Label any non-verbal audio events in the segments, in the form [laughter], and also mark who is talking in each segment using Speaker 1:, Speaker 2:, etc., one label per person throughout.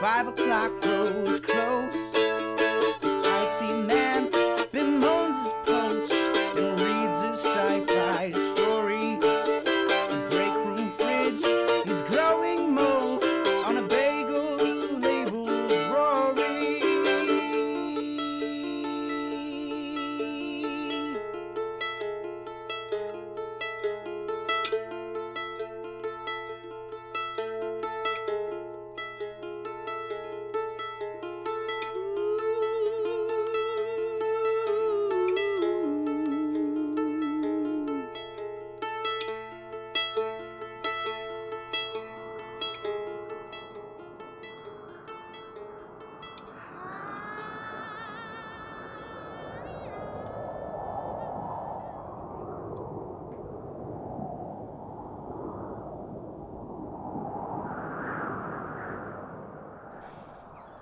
Speaker 1: Five o'clock grows close. IT man bemoans his post and reads his sci-fi stories. Break room fridge is growing mold on a bagel labeled Rory.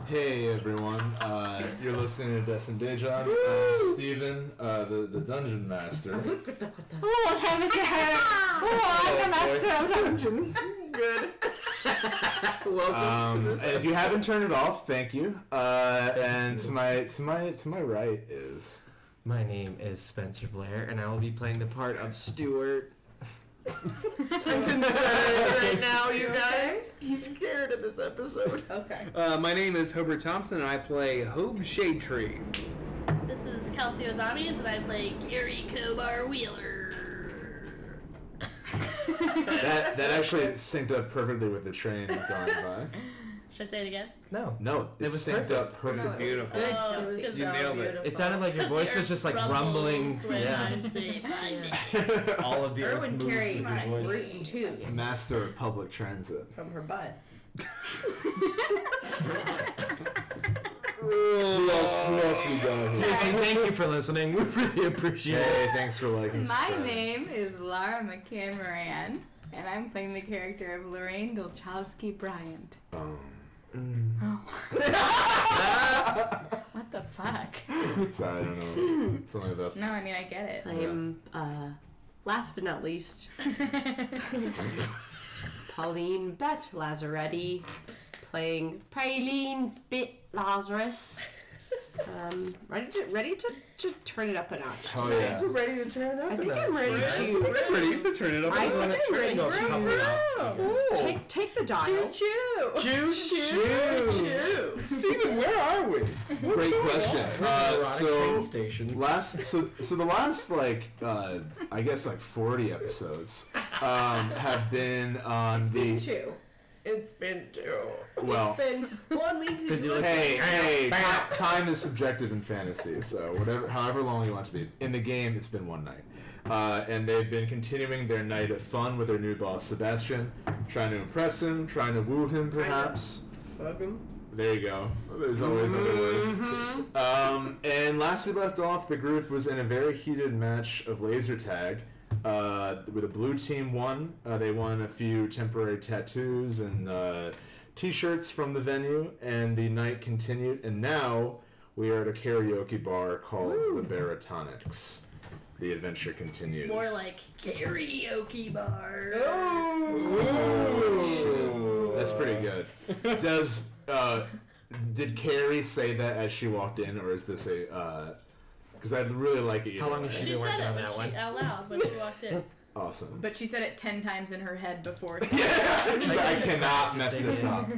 Speaker 2: Hey everyone, uh, you're listening to Destin Day Jobs. I'm Steven, uh, the, the
Speaker 3: [laughs]
Speaker 2: Dungeon Master.
Speaker 3: Oh, heaven to heaven. Oh, I'm the master of dungeons.
Speaker 4: Good. [laughs] Welcome
Speaker 2: Um,
Speaker 4: to
Speaker 2: and
Speaker 4: this.
Speaker 2: if you haven't turned it off, thank you. Uh, and to my to my to my right is
Speaker 4: My name is Spencer Blair, and I will be playing the part of Stuart. I'm [laughs] concerned right now, you guys. He's scared of this episode.
Speaker 5: Okay.
Speaker 6: Uh, my name is Hobart Thompson, and I play Hobe Shade Tree.
Speaker 7: This is Kelsey Ozamis, and I play Gary Kobar Wheeler.
Speaker 2: that that actually synced up perfectly with the train going by.
Speaker 7: Should I say it again?
Speaker 4: No.
Speaker 2: No, it,
Speaker 4: It was
Speaker 2: synced up
Speaker 6: Perfect.
Speaker 2: perfectly.
Speaker 6: Beautiful.
Speaker 5: Good,
Speaker 7: Oh,
Speaker 5: Kelsey.
Speaker 7: because-
Speaker 6: You nailed it.
Speaker 5: beautiful.
Speaker 4: It sounded like your
Speaker 7: Because the
Speaker 4: voice was
Speaker 7: earth
Speaker 4: just like rumbling.
Speaker 7: rumbles when
Speaker 4: Yeah.
Speaker 7: I'm saying my
Speaker 4: [laughs]
Speaker 7: name.
Speaker 4: All of the earth
Speaker 5: Erwin
Speaker 4: moves
Speaker 5: Carey
Speaker 4: with your
Speaker 7: Right.
Speaker 4: voice.
Speaker 5: rootin' tubes
Speaker 2: Master of public transit.
Speaker 5: from her butt.
Speaker 2: Who else? Who else we got here? [laughs]
Speaker 4: Seriously, thank you for listening. We really appreciate it.
Speaker 2: Hey, thanks for liking.
Speaker 3: My
Speaker 2: subscribing.
Speaker 3: name is Lara McCann Moran, and I'm playing the character of Lorraine Dolchowski Bryant.
Speaker 2: Um,
Speaker 3: What the fuck?
Speaker 2: Um, so I don't know. it's Something about [laughs]
Speaker 3: No, I mean, I get it.
Speaker 5: I am, uh, last but not least, Pauline Bet Lazaretti, playing Pauline Bit Lazarus. Um, ready to ready to, to turn it up a notch.
Speaker 2: Oh yeah.
Speaker 4: ready to turn up.
Speaker 5: I think I'm ready to
Speaker 6: Pretty easy to turn it up.
Speaker 5: I think I'm ready
Speaker 4: to.
Speaker 5: take take the dial.
Speaker 6: Choo choo. Steven, where are we?
Speaker 2: Great question. Uh, so
Speaker 4: train station.
Speaker 2: last, so so the last like uh, I guess like forty episodes um, have been on the
Speaker 5: Two. It's been two.
Speaker 2: well.
Speaker 5: Been one week.
Speaker 4: Did you look-
Speaker 2: Hey, hey! ti- Time is subjective in fantasy, so whatever, however long you want it to be. In the game, it's been one night, uh, and they've been continuing their night of fun with their new boss Sebastian, trying to impress him, trying to woo him, perhaps. There you go. There's always
Speaker 7: Mm-hmm.
Speaker 2: other words. Um, and last we left off, the group was in a very heated match of laser tag. Uh, with a blue team won. Uh, they won a few temporary tattoos and uh, t-shirts from the venue, and the night continued. And now we are at a karaoke bar called the Baratonics. The adventure continues.
Speaker 7: More like karaoke bar.
Speaker 2: Ooh. That's pretty good. Does uh, did Carrie say that as she walked in, or is this a? Because I'd really like it.
Speaker 4: How
Speaker 2: either
Speaker 4: long
Speaker 2: way.
Speaker 4: is
Speaker 7: She
Speaker 4: You're working
Speaker 7: said it
Speaker 4: on
Speaker 7: when
Speaker 4: that
Speaker 7: she-
Speaker 4: one.
Speaker 7: out loud when she walked in.
Speaker 4: [laughs]
Speaker 2: Awesome. [laughs]
Speaker 3: But she said it ten times in her head before.
Speaker 2: She's like, I cannot mess this up.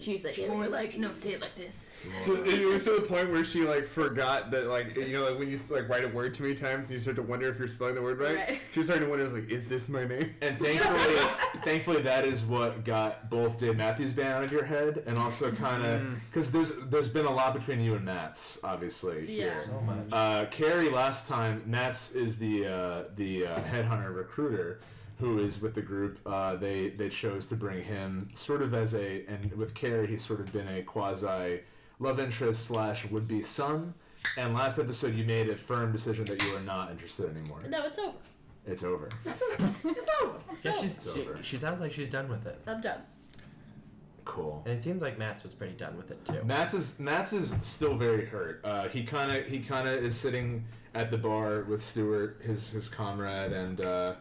Speaker 7: She's like, more like, no, say it like this.
Speaker 6: To- It was to the point where she like forgot that like you know like when you like write a word too many times and you start to wonder if you're spelling the word right.
Speaker 3: Right.
Speaker 6: She started to wonder was like, is this my name?
Speaker 2: And thankfully, [laughs] thankfully that is what got both Dave Matthews Band out of your head, and also kind
Speaker 6: Mm.
Speaker 2: of because there's there's been a lot between you and Matt's, obviously.
Speaker 7: Yeah.
Speaker 2: here.
Speaker 4: So much.
Speaker 2: Uh, Carrie last time, Matt's is the uh, the uh, headhunter recruiter who is with the group. Uh, they they chose to bring him sort of as a and with Carrie he's sort of been a quasi love interest slash would be son. And last episode you made a firm decision that you are not interested anymore.
Speaker 7: No, it's over.
Speaker 2: It's over.
Speaker 7: It's over. It's
Speaker 4: Yeah,
Speaker 7: over.
Speaker 4: she's, she,
Speaker 2: over.
Speaker 4: she sounds like she's done with it.
Speaker 7: I'm done.
Speaker 2: Cool.
Speaker 4: And it seems like Matt's was pretty done with it too.
Speaker 2: [laughs] Matt's is Matt's is still very hurt. Uh, he kind of he kind of is sitting at the bar with Stuart, his his comrade, and uh,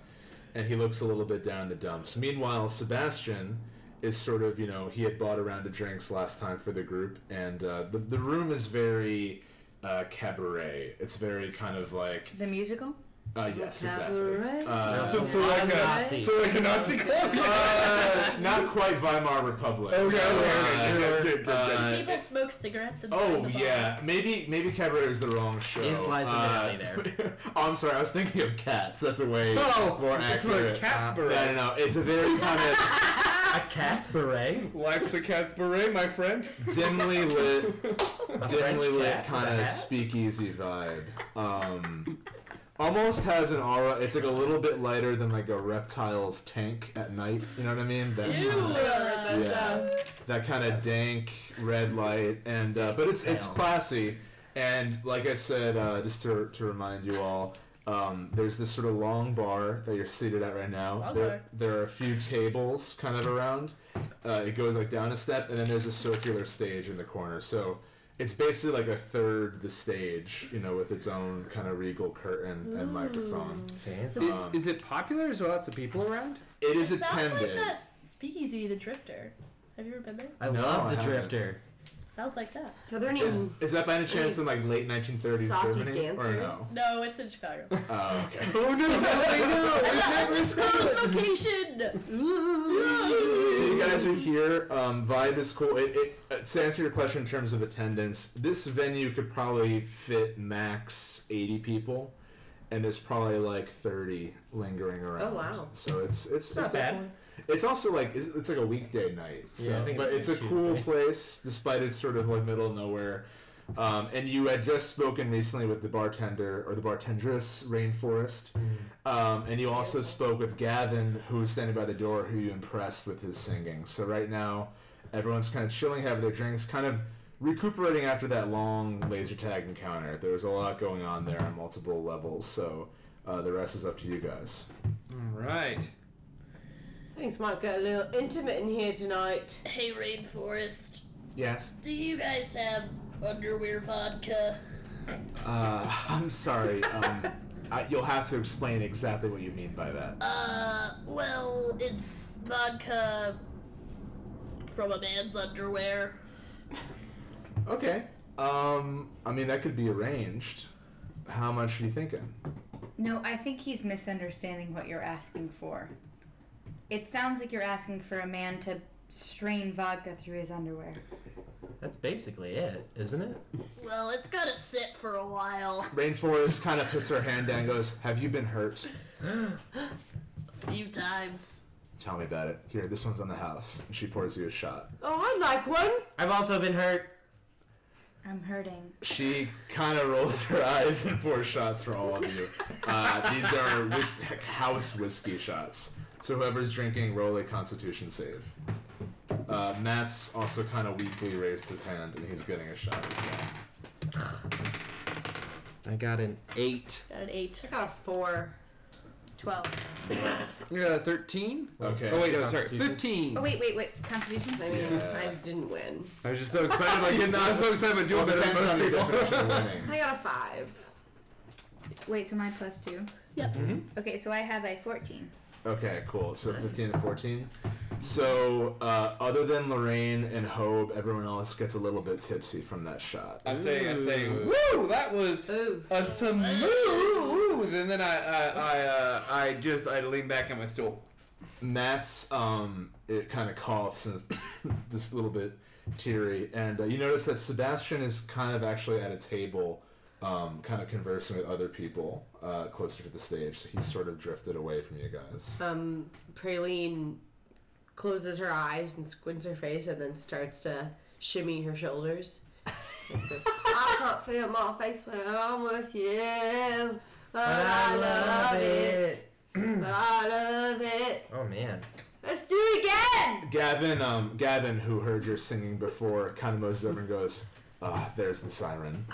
Speaker 2: and he looks a little bit down in the dumps. Meanwhile, Sebastian is sort of you know he had bought a round of drinks last time for the group, and uh, the the room is very uh, cabaret. It's very kind of
Speaker 3: [laughs]
Speaker 2: like
Speaker 3: The musical?
Speaker 2: uh, yes,
Speaker 5: Oh,
Speaker 2: exactly. Uh,
Speaker 6: So, so like a,
Speaker 4: Nazis.
Speaker 6: so like a Nazi club.
Speaker 2: uh, not quite Weimar Republic.
Speaker 6: Okay, okay,
Speaker 2: Uh,
Speaker 6: okay, good, good, good, good.
Speaker 2: uh,
Speaker 7: People smoke cigarettes inside
Speaker 2: Oh
Speaker 7: [laughs] the bar.
Speaker 2: yeah, maybe maybe Cabaret is the wrong show.
Speaker 4: Is Liza Minnelli
Speaker 2: there? [laughs] oh, I'm sorry. I was thinking of Cats. That's a way
Speaker 6: Oh,
Speaker 2: more
Speaker 6: it's what
Speaker 2: accurate. Uh,
Speaker 6: Cat's
Speaker 2: I don't
Speaker 6: beret.
Speaker 2: know. It's a very kind of
Speaker 4: A cat's beret?
Speaker 6: Life's a cat's beret, my friend.
Speaker 2: dimly lit,
Speaker 4: A
Speaker 2: dimly
Speaker 4: French
Speaker 2: lit
Speaker 4: cat with
Speaker 2: kind
Speaker 4: a
Speaker 2: of
Speaker 4: hat?
Speaker 2: speakeasy vibe. Um, almost has an aura. It's like a little bit lighter than like a reptile's tank at night. You know what I mean? That
Speaker 7: Ew.
Speaker 2: kinda- yeah,
Speaker 7: uh,
Speaker 2: that kind of dank red light, and uh, but it's it's
Speaker 4: Damn.
Speaker 2: classy. And like I said, uh, just to, to remind you all, um, there's this sort of long bar that you're seated at right now.
Speaker 7: Long
Speaker 2: there,
Speaker 7: bar.
Speaker 2: there are a few tables kind of around. Uh, it goes like down a step, and then there's a circular stage in the corner. So it's basically like a third the stage, you know, with its own kind of regal curtain and microphone.
Speaker 4: Fancy.
Speaker 2: Um,
Speaker 6: Is it popular? Is there lots of people around?
Speaker 2: it is
Speaker 7: It sounds like
Speaker 2: attended.
Speaker 7: that speakeasy, the Drifter. Have you ever been there?
Speaker 4: I
Speaker 6: Oh,
Speaker 2: No,
Speaker 4: love the
Speaker 2: I haven't.
Speaker 4: drifter.
Speaker 7: Sounds like that.
Speaker 5: Are there any
Speaker 2: Is, is that by any chance in like late 1930s
Speaker 5: Saucy
Speaker 2: Germany or no?
Speaker 5: dancers?
Speaker 7: No, it's in Chicago.
Speaker 2: Oh, okay.
Speaker 6: Oh no! no, no, no.
Speaker 7: Undisclosed location.
Speaker 2: [laughs] So you guys are here. Um, vibe is cool. It, it, uh, to answer your question in terms of attendance, this venue could probably fit max eighty people, and there's probably like thirty lingering around.
Speaker 5: wow.
Speaker 2: So it's it's, it's
Speaker 4: not bad.
Speaker 2: definitely- It's also like it's, it's like a weekday night. So,
Speaker 4: Yeah, I think
Speaker 2: but
Speaker 4: it's
Speaker 2: it's a
Speaker 4: Tuesday.
Speaker 2: cool place, despite it's sort of like middle of nowhere. Um, and you had just spoken recently with the bartender or the bartendress, Rainforest.
Speaker 4: Mm.
Speaker 2: Um, and you also spoke with Gavin, who was standing by the door, who you impressed with his singing. So right now, everyone's kind of chilling, having their drinks, kind of recuperating after that long laser tag encounter. There was a lot going on there on multiple levels. So uh, the rest is up to you guys.
Speaker 6: All [laughs] right.
Speaker 5: things might get a little intimate in here tonight?
Speaker 7: hey, Rainforest.
Speaker 2: Yes.
Speaker 7: Do you guys have underwear vodka?
Speaker 2: Uh, [laughs] I'm sorry. Um, I, you'll have to explain exactly what you mean by that.
Speaker 7: Uh, well, it's vodka from a man's underwear.
Speaker 2: Okay. Um, I mean that could be arranged. How much are you thinking?
Speaker 3: No, I think he's misunderstanding what you're asking for. It sounds like you're asking for a man to strain vodka through his underwear.
Speaker 4: That's basically it, isn't it?
Speaker 7: Well, it's gotta sit for a while.
Speaker 2: Rainforest kind of puts her hand down and goes, Have you been hurt?
Speaker 7: A few times.
Speaker 2: Tell me about it. Here, this one's on the house. And she pours you a shot.
Speaker 5: Oh, I'd like one.
Speaker 4: I've also been hurt.
Speaker 3: I'm hurting.
Speaker 2: She kind of rolls her eyes and pours shots for all of you. Uh, these are whis- house whiskey shots. So whoever's drinking, roll a constitution save. Uh, Matt's also kind of weakly raised his hand and he's getting a shot as well.
Speaker 4: I got an eight.
Speaker 7: Got an eight.
Speaker 5: I got a four.
Speaker 3: 12.
Speaker 6: Yeah, thirteen.
Speaker 2: Okay.
Speaker 6: Oh wait, no, sorry,
Speaker 2: Constitution.
Speaker 6: fifteen.
Speaker 3: Oh, wait, wait, wait. Constitution?
Speaker 5: I mean,
Speaker 2: Yeah.
Speaker 5: I didn't win.
Speaker 6: I was just so excited about [laughs] getting. I was so excited about
Speaker 2: Well,
Speaker 6: doing better than
Speaker 2: depends on your
Speaker 6: most
Speaker 2: definition
Speaker 6: people.
Speaker 2: of winning.
Speaker 5: I got a five.
Speaker 3: Wait, so my plus two?
Speaker 7: Yep.
Speaker 3: Okay, so I have a 14.
Speaker 2: Okay, cool. So 15 and 14. So, uh, other than Lorraine and Hope, everyone else gets a little bit tipsy from that shot.
Speaker 6: I say, I say,
Speaker 4: Ooh.
Speaker 6: woo! That was
Speaker 5: Ooh.
Speaker 6: a some ooh. And then I, I, I, uh, I just, I lean back on my stool.
Speaker 2: Matt's, um, it kind of coughs and [laughs] is this little bit teary. And uh, you notice that Sebastian is kind of actually at a table, um, kind of conversing with other people uh, closer to the stage. So he's sort of drifted away from you guys.
Speaker 5: Um, Praline closes her eyes and squints her face and then starts to shimmy her shoulders. It's like, I can't feel my face when I'm with you. But I, love, it. But I love it.
Speaker 4: Oh man.
Speaker 5: Let's do it again!
Speaker 2: Gavin, um, Gavin, who heard your singing before, kind of moves over and goes, "Ah, there's the siren,"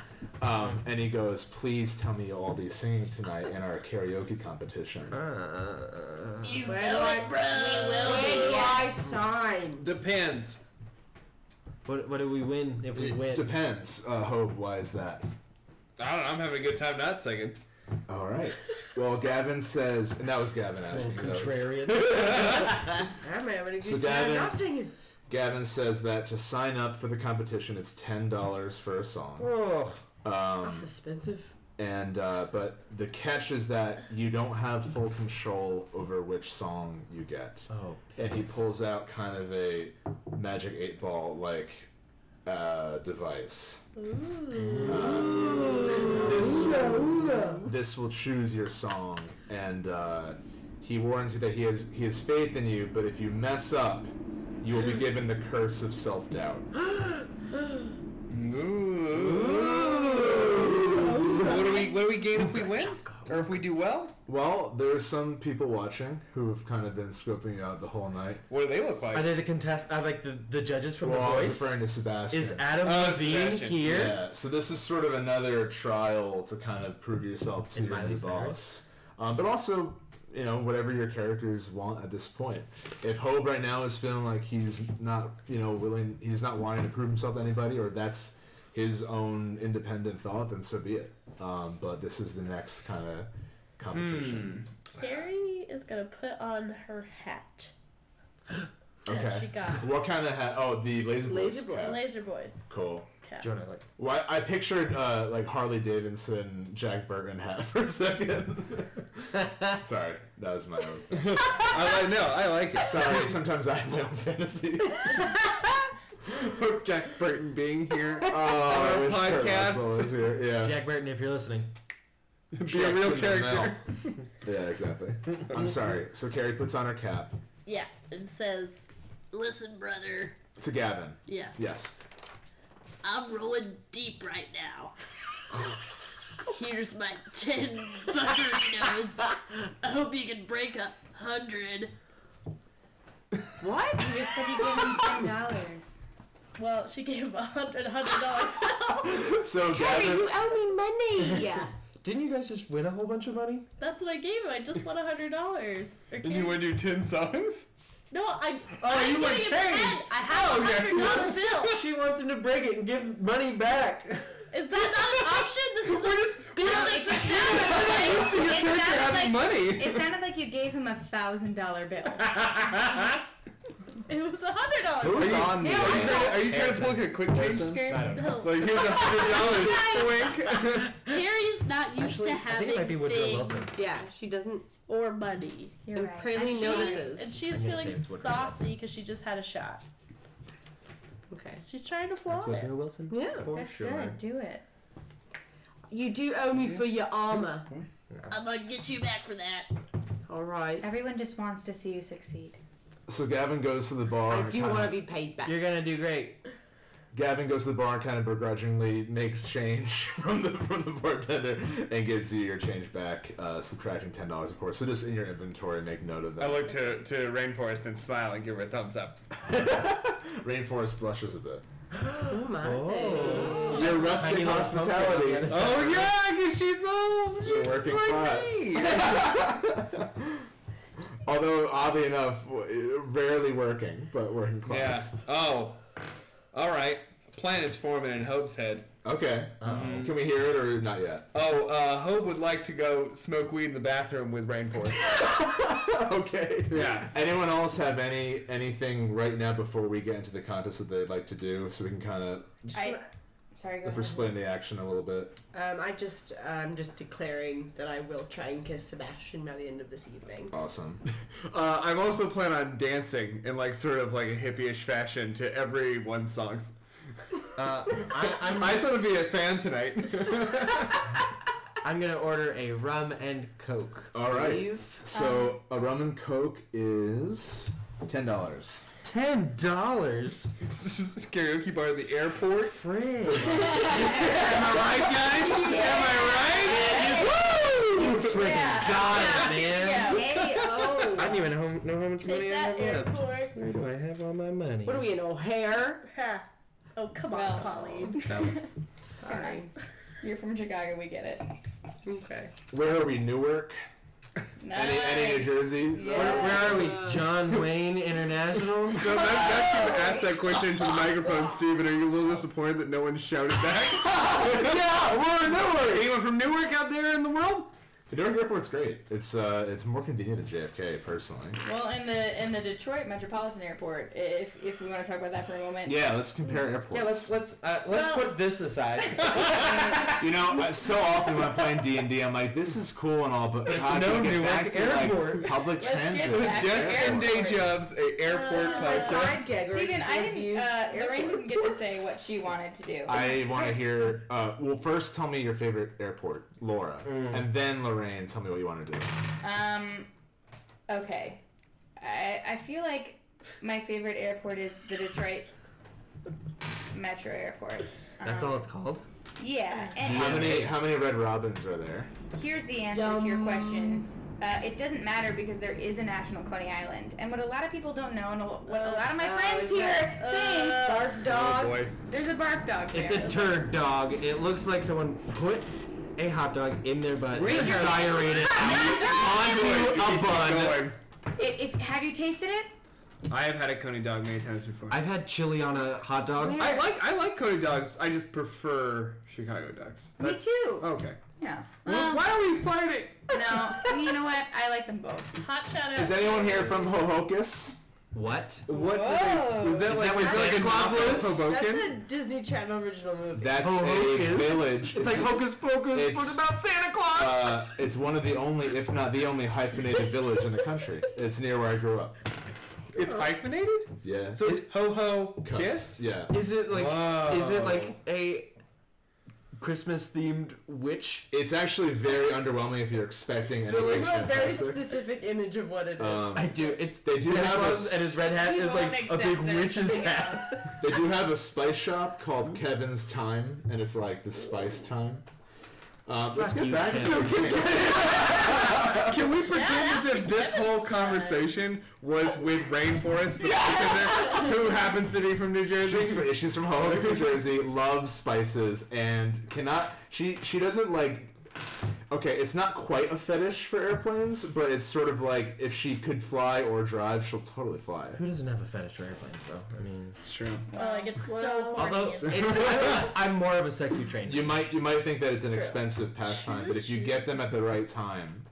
Speaker 2: um, and he goes, "Please tell me you'll all be singing tonight in our karaoke competition."
Speaker 4: Uh,
Speaker 7: You
Speaker 5: Where do
Speaker 7: know
Speaker 5: I-
Speaker 7: it, bro.
Speaker 5: When do I sign?
Speaker 6: Depends.
Speaker 4: what, what do we win if we
Speaker 6: It
Speaker 4: win?
Speaker 2: Depends. Uh, Hope, why is that?
Speaker 6: I don't know. I'm having a good time not singing.
Speaker 2: All right. Well, Gavin says, and that was Gavin asking.
Speaker 8: Little
Speaker 2: that was-
Speaker 6: [laughs]
Speaker 8: contrarian.
Speaker 5: I'm having a good
Speaker 2: So
Speaker 5: time
Speaker 2: Gavin-
Speaker 5: not singing.
Speaker 2: Gavin says that to sign up for the competition, it's ten dollars for a song.
Speaker 8: oh,
Speaker 2: Um,
Speaker 5: That's expensive.
Speaker 2: and uh, but the catch is that you don't have full control over which song you get.
Speaker 8: oh,
Speaker 2: And he pulls out kind of a magic eight ball like uh, device. Uh, this, this will choose your song, and uh, he warns you that he has he has faith in you, but if you mess up, you will be given the curse of self doubt.
Speaker 6: So what do we what do we gain if we win or if we do well?
Speaker 2: Well, there's some people watching who have kind of been scoping you out the whole night.
Speaker 6: What do they look
Speaker 8: are
Speaker 6: like?
Speaker 8: they the contest?
Speaker 4: uh,
Speaker 8: Are like the, the judges from
Speaker 2: Well, I
Speaker 8: The
Speaker 2: was
Speaker 8: Voice?
Speaker 2: referring to Sebastian.
Speaker 8: Is Adam
Speaker 6: Oh,
Speaker 8: Levine
Speaker 6: Sebastian.
Speaker 8: here?
Speaker 2: Yeah, so this is sort of another trial to kind of prove yourself to
Speaker 8: In
Speaker 2: your new
Speaker 8: Miley Cyrus?
Speaker 2: boss. Um, but also, you know, whatever your characters want at this point. If Hope right now is feeling like he's not, you know, willing, he's not wanting to prove himself to anybody, or that's his own independent thought, then so be it. Um, but this is the next kind of competition.
Speaker 9: Carrie is gonna put on her hat.
Speaker 7: Hmm.
Speaker 2: Okay.
Speaker 9: That
Speaker 2: [laughs]
Speaker 9: she got
Speaker 2: What kind of hat? Oh, the laser boys.
Speaker 5: Laser Boy-
Speaker 2: cap.
Speaker 9: Laser Boys.
Speaker 2: Cool.
Speaker 9: Cap.
Speaker 8: Do you wanna, like,
Speaker 2: Well, I, I pictured uh, like Harley Davidson, Jack Burton hat [laughs] for a second.
Speaker 6: [laughs]
Speaker 2: Sorry, that was my own. Thing.
Speaker 6: I like no, I like it. [laughs]
Speaker 2: Sorry, sometimes I have my own fantasies.
Speaker 6: Hope Jack Burton being here.
Speaker 2: Oh, I
Speaker 6: Our
Speaker 2: wish Kurt
Speaker 6: podcast.
Speaker 2: Russell was here. Yeah,
Speaker 8: [laughs] Jack Burton, if you're listening.
Speaker 6: Be a
Speaker 2: Jackson
Speaker 6: real
Speaker 2: and
Speaker 6: character. [laughs]
Speaker 2: Mel. yeah, exactly. I'm sorry. So Carrie puts on her cap
Speaker 7: Yeah, and says, "Listen, brother.
Speaker 2: to Gavin.
Speaker 7: Yeah,
Speaker 2: Yes.
Speaker 7: I'm rolling deep right now. Here's my ten butter nose. I hope you can break a hundred.
Speaker 3: What? You just said you gave him ten dollars.
Speaker 9: Well, she gave a hundred hundred dollars.
Speaker 2: So
Speaker 5: Hey,
Speaker 2: Gavin.
Speaker 5: you owe me money. Yeah.
Speaker 8: Didn't you guys just win a whole bunch of money?
Speaker 9: That's what I gave him. I just won a hundred dollars. Or
Speaker 6: And you win your
Speaker 8: [laughs]
Speaker 6: ten songs?
Speaker 9: No, I.
Speaker 8: Oh,
Speaker 9: I'm
Speaker 8: you won
Speaker 9: giving him
Speaker 8: change. Oh,
Speaker 9: 10. I have a hundred dollar bill.
Speaker 8: She wants him to break it and give money back.
Speaker 9: Is that not an option?
Speaker 8: [laughs]
Speaker 9: This is a building
Speaker 6: So your
Speaker 3: It
Speaker 6: character
Speaker 3: sounded
Speaker 6: having
Speaker 3: like-
Speaker 6: money.
Speaker 8: [laughs]
Speaker 3: It sounded like you gave him a thousand dollar bill.
Speaker 9: It was a hundred dollars.
Speaker 2: Who's on the
Speaker 6: Are you trying to- are you trying to
Speaker 8: Harrison.
Speaker 6: play like a quick change
Speaker 8: Harrison?
Speaker 6: game?
Speaker 8: I don't know.
Speaker 6: Like here's a hundred dollars. Wink.
Speaker 7: Carrie's not used
Speaker 8: Actually,
Speaker 7: to
Speaker 8: I think
Speaker 7: having
Speaker 8: it might be Woodrow
Speaker 7: things
Speaker 8: Wilson.
Speaker 5: Yeah, she doesn't.
Speaker 9: Or money.
Speaker 3: You're
Speaker 5: And
Speaker 3: right.
Speaker 5: Praline
Speaker 9: And
Speaker 5: notices.
Speaker 9: she's
Speaker 8: I'm gonna
Speaker 9: feeling
Speaker 8: say it's Woodrow Wilson.
Speaker 9: saucy because she just had a shot.
Speaker 5: Okay.
Speaker 9: She's trying to flaunt
Speaker 8: That's
Speaker 9: it.
Speaker 8: Woodrow Wilson.
Speaker 5: Yeah.
Speaker 8: Boy,
Speaker 3: That's
Speaker 8: sure.
Speaker 3: good. Do it.
Speaker 5: You do owe me for your armor.
Speaker 7: I'm gonna get you back for that.
Speaker 5: All right.
Speaker 3: Everyone just wants to see you succeed.
Speaker 2: So Gavin goes to the bar.
Speaker 5: I
Speaker 2: and
Speaker 5: do
Speaker 2: kinda-
Speaker 5: want to be paid back.
Speaker 8: You're gonna do great.
Speaker 2: Gavin goes to the bar and kind of begrudgingly makes change [laughs] from the from the bartender and gives you your change back, uh, subtracting ten dollars, of course. So just in your inventory, make note of
Speaker 6: I
Speaker 2: that.
Speaker 6: look to, to Rainforest and smile and give her a thumbs up.
Speaker 2: [laughs] Rainforest blushes a bit.
Speaker 5: Oh my.
Speaker 2: Your rustic
Speaker 8: Tiny little pumpkin Oh, on
Speaker 2: hospitality
Speaker 8: the other
Speaker 2: is
Speaker 8: side.
Speaker 6: Oh yeah, because she's old.
Speaker 2: a working class. [laughs] Although oddly enough, w- rarely working, but working
Speaker 6: Yeah.
Speaker 2: class.
Speaker 6: [laughs] Oh. All right. Plan is forming in Hope's head.
Speaker 2: Okay. Can we hear it or not yet?
Speaker 6: Oh, uh, Hope would like to go smoke weed in the bathroom with [laughs] Rainforest.
Speaker 2: okay.
Speaker 6: Yeah.
Speaker 2: Anyone else have any anything right now before we get into the contest that they'd like to do, so we can kind of
Speaker 3: I, sorry, go
Speaker 2: if we're
Speaker 3: ahead.
Speaker 2: splitting the action a little bit.
Speaker 5: Um, I just, I'm just declaring that I will try and kiss Sebastian by the end of this evening.
Speaker 2: Awesome.
Speaker 6: [laughs] uh, I'm also plan on dancing in like sort of like a hippie-ish fashion to every one songs.
Speaker 4: Uh,
Speaker 6: [laughs]
Speaker 8: I, I'm,
Speaker 6: I just want to be a fan tonight. [laughs]
Speaker 4: I'm gonna order a rum and coke.
Speaker 2: All right.
Speaker 4: Please.
Speaker 2: So a rum and coke is ten dollars.
Speaker 8: Ten dollars.
Speaker 6: this is karaoke bar at the airport.
Speaker 8: [laughs] Frick.
Speaker 6: Am I
Speaker 8: [laughs]
Speaker 6: right, guys? Am I
Speaker 8: You freaking
Speaker 9: Yeah.
Speaker 8: died, man.
Speaker 5: Hey, oh.
Speaker 8: I don't even know, know how much money
Speaker 9: Take
Speaker 8: I
Speaker 9: that
Speaker 8: have left.
Speaker 9: airport.
Speaker 8: Where do I have all my money?
Speaker 5: What are we in O'Hare?
Speaker 9: Ha. Oh come on,
Speaker 3: Well.
Speaker 9: Colleen.
Speaker 7: [laughs]
Speaker 5: Sorry.
Speaker 3: You're from Chicago, we get it.
Speaker 5: Okay.
Speaker 2: Where are we? Newark.
Speaker 3: Nice.
Speaker 2: Any, any New Jersey?
Speaker 8: [laughs] Where,
Speaker 3: Yeah.
Speaker 8: where are we? John Wayne International? [laughs]
Speaker 6: right? No, that, that should ask that question into the microphone, Steven. Are you a little disappointed that no one shouted back?
Speaker 2: [laughs] yeah, we're in Newark.
Speaker 6: Anyone from Newark out there in the world?
Speaker 2: The Newark airport's great. It's uh, it's more convenient than JFK personally.
Speaker 9: Well, in the in the Detroit Metropolitan Airport, if if we want to talk about that for a moment.
Speaker 2: Yeah, let's compare airports.
Speaker 8: Yeah, let's let's uh, let's
Speaker 9: Well-
Speaker 8: put this aside. [laughs]
Speaker 2: You know, uh, so often when I'm playing D and D, I'm like, this is cool and all, but how do
Speaker 8: no
Speaker 2: we get
Speaker 8: Newark
Speaker 2: back to
Speaker 8: airport.
Speaker 2: like, [laughs] public
Speaker 9: Let's get
Speaker 2: transit?
Speaker 9: back to
Speaker 6: Desk and
Speaker 9: airport.
Speaker 6: day jobs, a airport
Speaker 5: Side
Speaker 6: process.
Speaker 5: gig. or
Speaker 9: Steven,
Speaker 5: just
Speaker 9: I
Speaker 5: review
Speaker 9: didn't. Uh, Lorraine didn't
Speaker 5: airports.
Speaker 9: get to say what she wanted to do.
Speaker 2: I want to hear. Uh, well, first tell me your favorite airport, Laura, and then Lorraine, tell me what you want to do.
Speaker 9: Um, okay. I I feel like my favorite airport is the Detroit Metro Airport.
Speaker 4: That's
Speaker 9: Um,
Speaker 4: all it's called.
Speaker 9: Yeah, and,
Speaker 2: How
Speaker 9: and
Speaker 2: many how many Red Robins are there?
Speaker 9: here's the answer to your question. Uh, it doesn't matter because there is a national Coney Island, and what a lot of people don't know, and what a lot of my
Speaker 3: Uh,
Speaker 5: Oh,
Speaker 9: friends
Speaker 5: is
Speaker 9: here
Speaker 5: that-
Speaker 9: think,
Speaker 5: Barf
Speaker 6: Oh
Speaker 5: dog.
Speaker 6: boy.
Speaker 9: there's a barf dog there.
Speaker 4: It's a turd dog. It looks like someone put a hot dog in their butt,
Speaker 6: Raise
Speaker 4: and
Speaker 6: your-
Speaker 4: diarrhea it
Speaker 8: [laughs]
Speaker 6: Keep
Speaker 4: out onto a bun.
Speaker 6: going.
Speaker 9: It- if, have you tasted it?
Speaker 6: I have had a Coney dog many times before. I,
Speaker 4: I've had chili on a hot dog.
Speaker 9: Yeah.
Speaker 6: like I like Coney dogs. I just prefer Chicago dogs.
Speaker 9: Me
Speaker 6: That's,
Speaker 9: too.
Speaker 6: Okay.
Speaker 9: Yeah. Um,
Speaker 6: Well, uh, why are we fighting?
Speaker 9: No, you know what? I like them both.
Speaker 7: Hot shout out.
Speaker 2: Is anyone here from Hohokus?
Speaker 4: What?
Speaker 6: What? did
Speaker 9: Whoa.
Speaker 6: They, was that
Speaker 4: Is
Speaker 6: like,
Speaker 4: that where
Speaker 6: was that like a
Speaker 4: Santa Claus
Speaker 6: knockoff
Speaker 4: lives?
Speaker 5: That's
Speaker 6: Hoboken?
Speaker 5: a Disney Channel original movie.
Speaker 2: That's a
Speaker 4: Hohokus?
Speaker 2: village.
Speaker 4: It's like hocus pocus.
Speaker 2: it's-
Speaker 4: what about Santa Claus?
Speaker 2: uh, it's one of the only, if not the only, hyphenated village in the country. It's near where I grew up.
Speaker 6: It's hyphenated.
Speaker 2: Yeah.
Speaker 6: So it's ho ho
Speaker 2: Cuss.
Speaker 6: kiss.
Speaker 2: Yeah.
Speaker 4: is it like? Is it
Speaker 6: Whoa.
Speaker 4: like a Christmas themed witch?
Speaker 2: It's actually very underwhelming if you're expecting anything
Speaker 5: Well, there's a
Speaker 2: fantastic.
Speaker 5: specific image of what it is.
Speaker 2: Um,
Speaker 4: I do. It's
Speaker 2: They do
Speaker 4: Santa
Speaker 2: have a
Speaker 4: Claus
Speaker 2: s-
Speaker 4: and his red hat is like a big witch's hat.
Speaker 2: they do have a spice shop called Kevin's Time, and it's like the spice time. Um, let's get
Speaker 4: you,
Speaker 2: back to
Speaker 4: Kevin.
Speaker 2: the game.
Speaker 6: [laughs] Can we pretend as
Speaker 7: that's
Speaker 6: if this
Speaker 7: Kevin's
Speaker 6: whole
Speaker 7: side.
Speaker 6: conversation was with Rainforest, the bartender, who happens to be from New
Speaker 2: She's
Speaker 6: Jersey?
Speaker 2: from, she's from Hoboken, New Jersey. Loves spices and cannot. She she doesn't like. Okay, it's not quite a fetish for airplanes, but it's sort of like if she could fly or drive, she'll totally fly.
Speaker 4: Who doesn't have a fetish for airplanes though? I mean,
Speaker 6: It's true.
Speaker 7: Oh, like it's so horny.
Speaker 4: although it's,
Speaker 5: [laughs]
Speaker 4: I'm more of a sexy trained.
Speaker 2: You might you might think that it's an expensive pastime, but if you get them at the right time,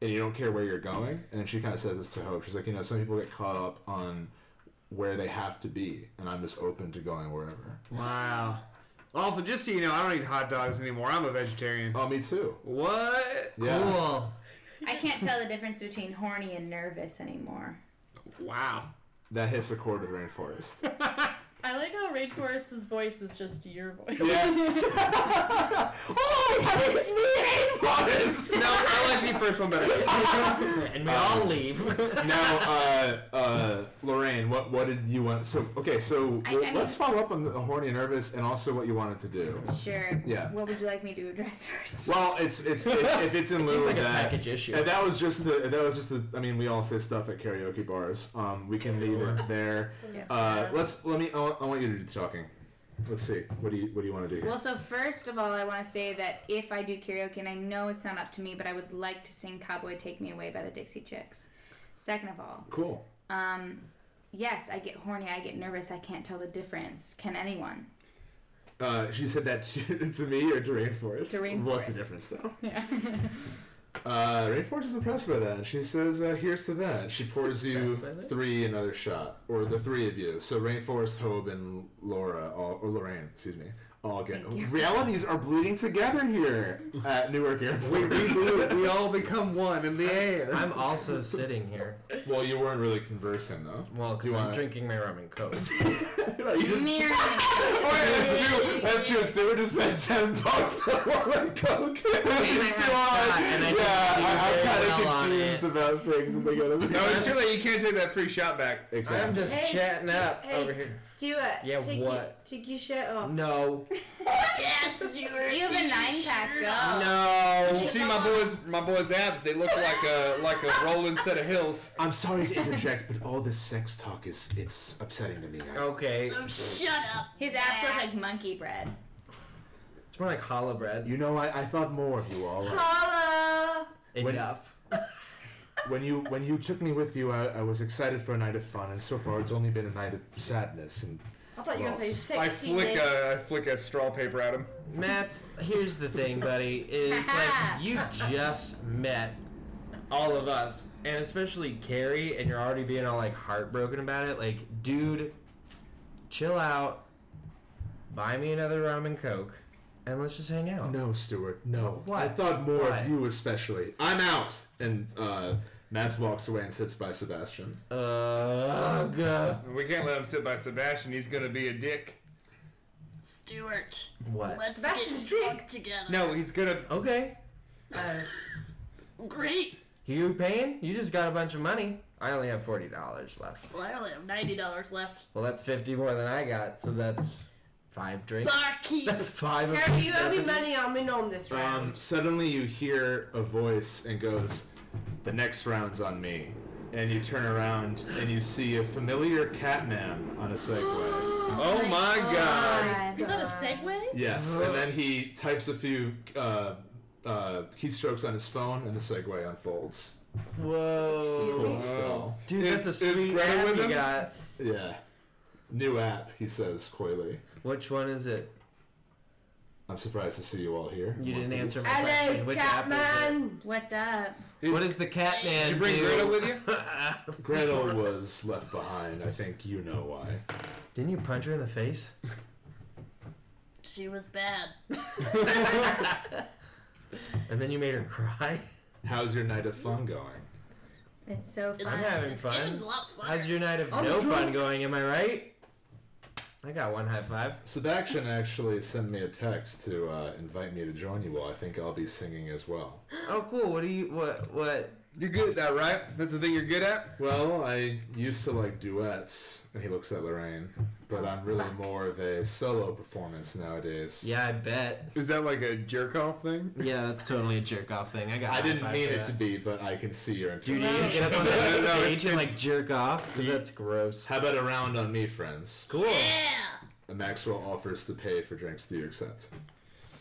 Speaker 2: and you don't care where you're going, and then she kind of says this to Hope. She's like, you know, some people get caught up on where they have to be, and I'm just open to going wherever.
Speaker 6: Wow. Also, just so you know, I don't eat hot dogs anymore. I'm a vegetarian.
Speaker 2: Oh, me too.
Speaker 6: What?
Speaker 2: Yeah.
Speaker 4: Cool.
Speaker 3: I can't tell the difference between horny and nervous anymore.
Speaker 6: Wow.
Speaker 2: That hits a chord with Rainforest. [laughs]
Speaker 7: I like how Rainforest's voice is just your voice.
Speaker 2: yeah. oh, honey, it's me, Rainforest.
Speaker 6: No, I like the first one better.
Speaker 4: [laughs] And we all
Speaker 2: Um,
Speaker 4: leave.
Speaker 2: [laughs]
Speaker 4: [laughs]
Speaker 2: now, uh, uh, Lorraine, what what did you want? So okay, so
Speaker 3: I- I
Speaker 2: well,
Speaker 3: mean-
Speaker 2: let's follow up on the horny and nervous, and also what you wanted to do.
Speaker 3: Sure.
Speaker 2: Yeah.
Speaker 3: What would you like me to address
Speaker 9: [laughs]
Speaker 3: first?
Speaker 2: Well, it's it's it, if it's in lieu
Speaker 4: Seems like
Speaker 2: of
Speaker 4: a
Speaker 2: that.
Speaker 4: package issue.
Speaker 2: If that was just the, if that was just the, I mean, we all say stuff at karaoke bars. Um, we can leave it there. Uh, let's let me. I want, I want you to do the talking. Let's see. What do you What do you want to do? Here?
Speaker 3: Well, so first of all, I want to say that if I do karaoke, and I know it's not up to me, but I would like to sing Cowboy Take Me Away by the Dixie Chicks. Second of all,
Speaker 2: cool.
Speaker 3: um, yes, I get horny, I get nervous, I can't tell the difference. Can anyone?
Speaker 2: Uh, she said that to, [laughs] to me or to Rainforest.
Speaker 3: To
Speaker 2: What's the
Speaker 3: Rainforest.
Speaker 2: difference
Speaker 3: [laughs]
Speaker 2: though? [laughs] Uh, Rainforest is impressed by that. She says, uh, "Here's to that." She pours you
Speaker 4: impressed by that.
Speaker 2: three another shot, or the three of you. So Rainforest, Hobe, and Laura, all, or Lorraine, excuse me, all get.
Speaker 3: Thank you.
Speaker 2: Realities are bleeding together here at Newark
Speaker 6: We,
Speaker 2: Airport.
Speaker 6: we, blew it. we all become one in the air.
Speaker 4: I'm also sitting here.
Speaker 2: [laughs] well, you weren't really conversing though.
Speaker 4: Well,
Speaker 2: Do
Speaker 4: because
Speaker 2: you
Speaker 4: I'm
Speaker 2: wanna-
Speaker 4: drinking my rum and
Speaker 2: [laughs]
Speaker 6: [laughs]
Speaker 4: coke.
Speaker 2: you just.
Speaker 3: Mirror image.
Speaker 2: Oh, yeah, that's true. That's true. Stuart just spent ten bucks on rum and coke, which is too high.
Speaker 4: and I didn't do
Speaker 2: Yeah,
Speaker 4: very
Speaker 2: I, I'm kind
Speaker 4: well
Speaker 2: of
Speaker 4: on
Speaker 2: confused about things, and they got to
Speaker 6: no, it's too late. You can't take that free shot back.
Speaker 2: Exactly.
Speaker 4: I'm just
Speaker 5: Hey,
Speaker 4: chatting up
Speaker 5: hey,
Speaker 4: over here.
Speaker 5: Stuart.
Speaker 4: Yeah,
Speaker 5: take
Speaker 4: what?
Speaker 5: You, take your shirt off.
Speaker 4: No,
Speaker 5: [laughs]
Speaker 7: yes, [laughs] you were.
Speaker 3: You have a nine pack, go.
Speaker 4: no.
Speaker 6: You see my boys, my boys' abs. They look like a like a rolling set of hills.
Speaker 2: I'm sorry to interject, but all this sex talk is it's upsetting to me.
Speaker 4: Okay,
Speaker 7: Oh, shut up.
Speaker 3: His abs look like monkey bread.
Speaker 4: it's more like hollow bread.
Speaker 2: You know, I, I thought more of you all.
Speaker 5: uh,
Speaker 4: Enough.
Speaker 2: When you when you took me with you, I, I was excited for a night of fun, and so far it's only been a night of sadness and
Speaker 5: I thought you were gonna say
Speaker 6: Oh, I
Speaker 5: sixteen
Speaker 6: flick a, I flick a straw paper at him.
Speaker 8: Matt's here's the thing, buddy, is like you just met all of us, and especially Carrie, and you're already being all like heartbroken about it. Like, dude, chill out. Buy me another rum and coke, and let's just hang out.
Speaker 2: No, Stuart, no.
Speaker 8: What?
Speaker 2: I thought more
Speaker 8: Why?
Speaker 2: of you, especially. I'm out. And uh, Matt's walks away and sits by Sebastian.
Speaker 8: Ugh.
Speaker 6: We can't let him sit by Sebastian. He's gonna be a dick.
Speaker 7: Stuart,
Speaker 8: What?
Speaker 7: let's
Speaker 5: Sebastian's
Speaker 7: get drunk together.
Speaker 6: No, he's gonna.
Speaker 8: Okay.
Speaker 7: Great.
Speaker 8: You paying? You just got a bunch of money. I only have forty dollars left.
Speaker 7: Well, I only have ninety dollars left.
Speaker 8: Well, that's fifty more than I got, so that's five drinks.
Speaker 7: Barkeep.
Speaker 6: [laughs]
Speaker 8: That's five. of
Speaker 5: Harry,
Speaker 8: these
Speaker 5: you owe me
Speaker 8: beverages.
Speaker 5: money. I'm in on this round.
Speaker 2: Um, suddenly you hear a voice and goes, The next round's on me. And you turn around and you see a familiar catman on a Segway.
Speaker 6: Oh my god.
Speaker 7: Is that a segue?
Speaker 2: Yes, and then he types a few uh, uh, keystrokes on his phone and the Segway unfolds.
Speaker 8: Whoa.
Speaker 2: Cool spell.
Speaker 8: Dude,
Speaker 6: Is-
Speaker 8: that's a
Speaker 6: is
Speaker 8: sweet
Speaker 6: Greta
Speaker 8: app
Speaker 6: with
Speaker 8: you
Speaker 6: him?
Speaker 8: got.
Speaker 2: Yeah. New app, he says coyly.
Speaker 8: Which one is it?
Speaker 2: I'm surprised to see you all here.
Speaker 8: You didn't answer my question.
Speaker 5: Hello,
Speaker 8: Which app is
Speaker 5: Catman.
Speaker 9: What's up?
Speaker 8: it? What is the cat man
Speaker 6: Did you bring
Speaker 8: do?
Speaker 6: Greta with you?
Speaker 2: Gretel was left behind. I think you know why.
Speaker 8: [laughs] Didn't you punch her in the face?
Speaker 7: She was bad.
Speaker 8: And then you made her cry? [laughs]
Speaker 2: How's your night of fun going?
Speaker 9: It's so fun.
Speaker 7: It's,
Speaker 8: I'm having
Speaker 7: it's
Speaker 8: fun.
Speaker 7: getting a lot funner.
Speaker 8: How's your night of
Speaker 6: Oh,
Speaker 8: no fun going, am I right? I got one high five.
Speaker 2: Sebastian actually sent me a text to uh, invite me to join you all. I think I'll be singing as well.
Speaker 8: Oh cool, what do you what what
Speaker 6: You're good at that, right? That's the thing you're good at.
Speaker 2: Well, I used to like duets, and he looks at Lorraine, but I'm really more of a solo performance nowadays.
Speaker 8: Yeah, I bet.
Speaker 6: Is that like a jerk off thing?
Speaker 8: Yeah, that's totally a jerk off thing. I got
Speaker 2: I
Speaker 8: high
Speaker 2: didn't
Speaker 8: five
Speaker 2: mean
Speaker 8: for
Speaker 2: it
Speaker 8: that.
Speaker 2: to be, but I can see your
Speaker 8: Dude, [laughs] you need to
Speaker 2: intuition.
Speaker 8: get up on
Speaker 6: [laughs] No,
Speaker 8: that
Speaker 6: no,
Speaker 8: stage
Speaker 6: it's-
Speaker 8: and like
Speaker 6: it's-
Speaker 8: jerk off, because that's gross.
Speaker 2: How about a round on me, friends?
Speaker 8: Cool.
Speaker 7: Yeah.
Speaker 2: Maxwell offers to pay for drinks. Do you accept?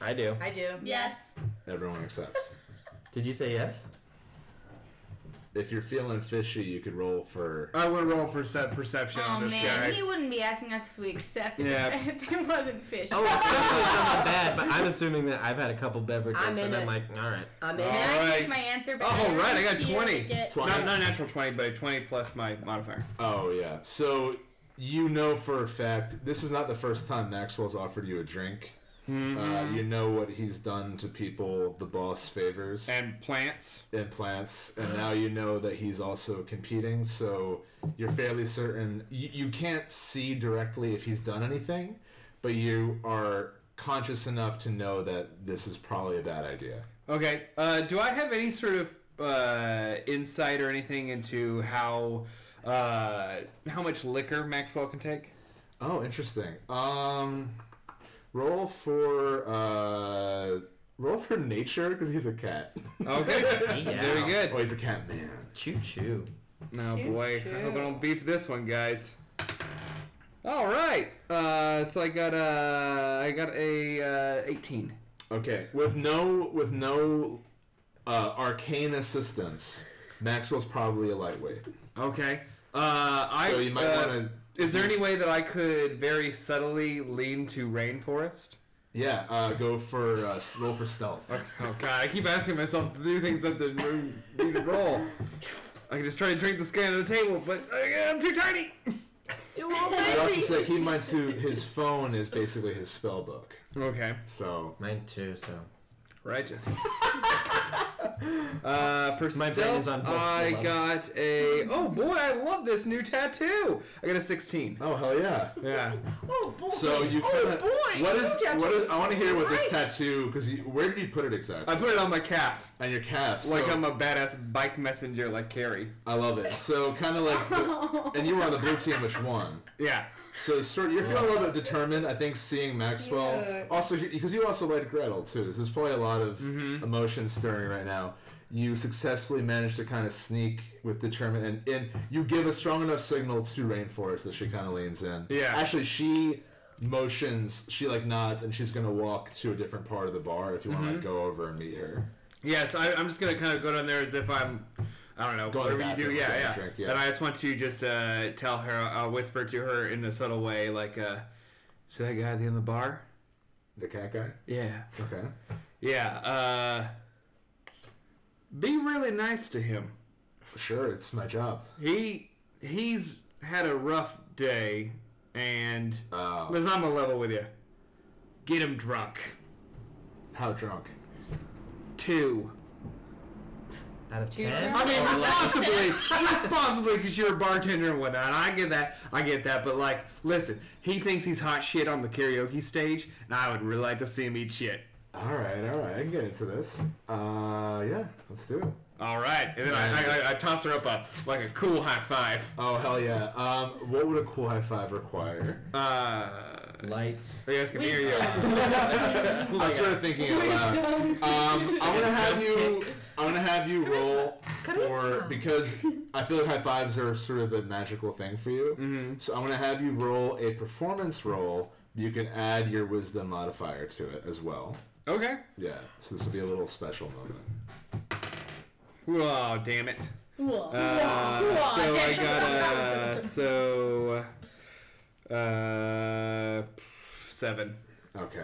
Speaker 8: I do.
Speaker 5: I do.
Speaker 7: Yes.
Speaker 2: Everyone accepts.
Speaker 8: Did you say yes?
Speaker 2: if you're feeling fishy, you could roll for.
Speaker 6: I would roll for set perception
Speaker 9: Oh
Speaker 6: on this
Speaker 9: man,
Speaker 6: guy.
Speaker 9: he wouldn't be asking us if we
Speaker 3: [laughs]
Speaker 9: accepted
Speaker 6: Yeah.
Speaker 9: it if it wasn't fish.
Speaker 8: Oh, it's definitely something bad, but I'm assuming that I've had a couple beverages,
Speaker 5: I'm in
Speaker 8: and I'm
Speaker 5: it.
Speaker 8: like, all right.
Speaker 5: I'm in.
Speaker 6: Uh,
Speaker 9: Can I
Speaker 6: Alright.
Speaker 9: take my answer back?
Speaker 6: Oh, right, I got
Speaker 7: See what
Speaker 6: 20.
Speaker 7: I
Speaker 9: [laughs]
Speaker 7: get.
Speaker 6: Not, not a natural 20, but a 20 plus my modifier.
Speaker 2: Oh yeah. So you know for a fact this is not the first time Maxwell's offered you a drink. Uh, you know what he's done to people the boss favors
Speaker 6: And plants.
Speaker 2: and plants, and now you know that he's also competing. So you're fairly certain you, you can't see directly if he's done anything, but you are conscious enough to know that this is probably a bad idea.
Speaker 6: Okay. Uh, do I have any sort of uh, insight or anything into how uh, how much liquor Maxwell can take?
Speaker 2: Oh, interesting. Um, roll for uh, roll for nature because he's a cat.
Speaker 6: Okay.
Speaker 8: Yeah.
Speaker 6: Very
Speaker 2: Oh,
Speaker 6: Oh, good.
Speaker 2: he's a cat man.
Speaker 8: Choo choo.
Speaker 6: No boy. I hope I don't beef this one, guys. All right. Uh, so I got uh, I got a uh, 18.
Speaker 2: Okay, with no with no uh, arcane assistance, Maxwell's probably a lightweight.
Speaker 6: Okay. Uh, I,
Speaker 2: So you might
Speaker 6: uh,
Speaker 2: wanna-
Speaker 6: Is there any way that I could very subtly lean to rainforest?
Speaker 2: Yeah, uh, go for uh, s- roll for stealth.
Speaker 6: Oh god, I keep asking myself to do things up to move- need to roll. [laughs] I can just try to drink this guy under the table, but uh, I'm too tiny.
Speaker 5: You won't [laughs]
Speaker 2: I'd also
Speaker 5: baby.
Speaker 2: say keep in mind too, his phone is basically his spell book.
Speaker 6: Okay,
Speaker 2: So
Speaker 8: Mine too, so.
Speaker 6: [laughs] righteous. uh, for
Speaker 8: My brain
Speaker 6: stealth,
Speaker 8: is on multiple
Speaker 6: I
Speaker 8: levels.
Speaker 6: got a. Oh boy, I love this new tattoo. I got a 16.
Speaker 2: oh hell yeah.
Speaker 6: Yeah.
Speaker 5: Oh boy.
Speaker 2: So you
Speaker 5: Oh
Speaker 2: kinda,
Speaker 5: boy.
Speaker 2: what is
Speaker 5: Tattoo.
Speaker 2: what is I want to hear what this
Speaker 5: Right.
Speaker 2: tattoo because where did you put it exactly?
Speaker 6: I put it on my calf,
Speaker 2: on your calf. So,
Speaker 6: like I'm a badass bike messenger, like Carrie.
Speaker 2: I love it. So kind of like,
Speaker 5: [laughs]
Speaker 2: the, and you were on the blue team, which won.
Speaker 6: Yeah.
Speaker 2: So sort you're feeling a little bit determined. I think seeing Maxwell also because you also liked Gretel too. So there's probably a lot of emotions stirring right now. You successfully managed to kind of sneak with determined, and, and you give a strong enough signal to Rainforest that she kind of leans in.
Speaker 6: Yeah.
Speaker 2: Actually, she motions. She like nods, and she's gonna walk to a different part of the bar if you want to like, go over and meet her.
Speaker 6: Yes, I, I'm just gonna kind of go down there as if I'm I don't know.
Speaker 2: Go to the
Speaker 6: whatever you do,
Speaker 2: bathroom,
Speaker 6: yeah,
Speaker 2: get a
Speaker 6: yeah.
Speaker 2: drink, yeah.
Speaker 6: And I just want to just uh, tell her, I'll whisper to her in a subtle way, like, uh, "See that guy at the end of the bar?
Speaker 2: The cat guy.
Speaker 6: Yeah,
Speaker 2: Okay.
Speaker 6: yeah. Uh, be really nice to him.
Speaker 2: Sure, it's my job.
Speaker 6: He he's had a rough day, and
Speaker 2: Uh,
Speaker 6: because I'm a level with you, get him drunk.
Speaker 2: how drunk?
Speaker 6: Two.
Speaker 8: Out of ten.
Speaker 6: I mean, responsibly, [laughs] responsibly, because you're a bartender and whatnot. I get that, I get that. But like, listen, he thinks he's hot shit on the karaoke stage, and I would really like to see him eat shit.
Speaker 2: All right, all right. I can get into this. Uh, yeah, let's do it.
Speaker 6: All right, and then I, I, I toss her up a like a cool high five.
Speaker 2: Oh hell yeah. Um, what would a cool high five require?
Speaker 6: Uh,
Speaker 8: Lights.
Speaker 6: so you guys can hear you. Oh
Speaker 2: I'm [laughs] sort of thinking out loud. Um, I'm gonna have you. I'm gonna have you roll for because I feel like high fives are sort of a magical thing for you. So I'm gonna have you roll a performance roll. You can add your wisdom modifier to it as well.
Speaker 6: [laughs] Okay.
Speaker 2: Yeah. So this will be a little special moment.
Speaker 6: Whoa, damn it.
Speaker 7: Whoa.
Speaker 6: Uh, so I got a Uh, so uh seven.
Speaker 2: Okay.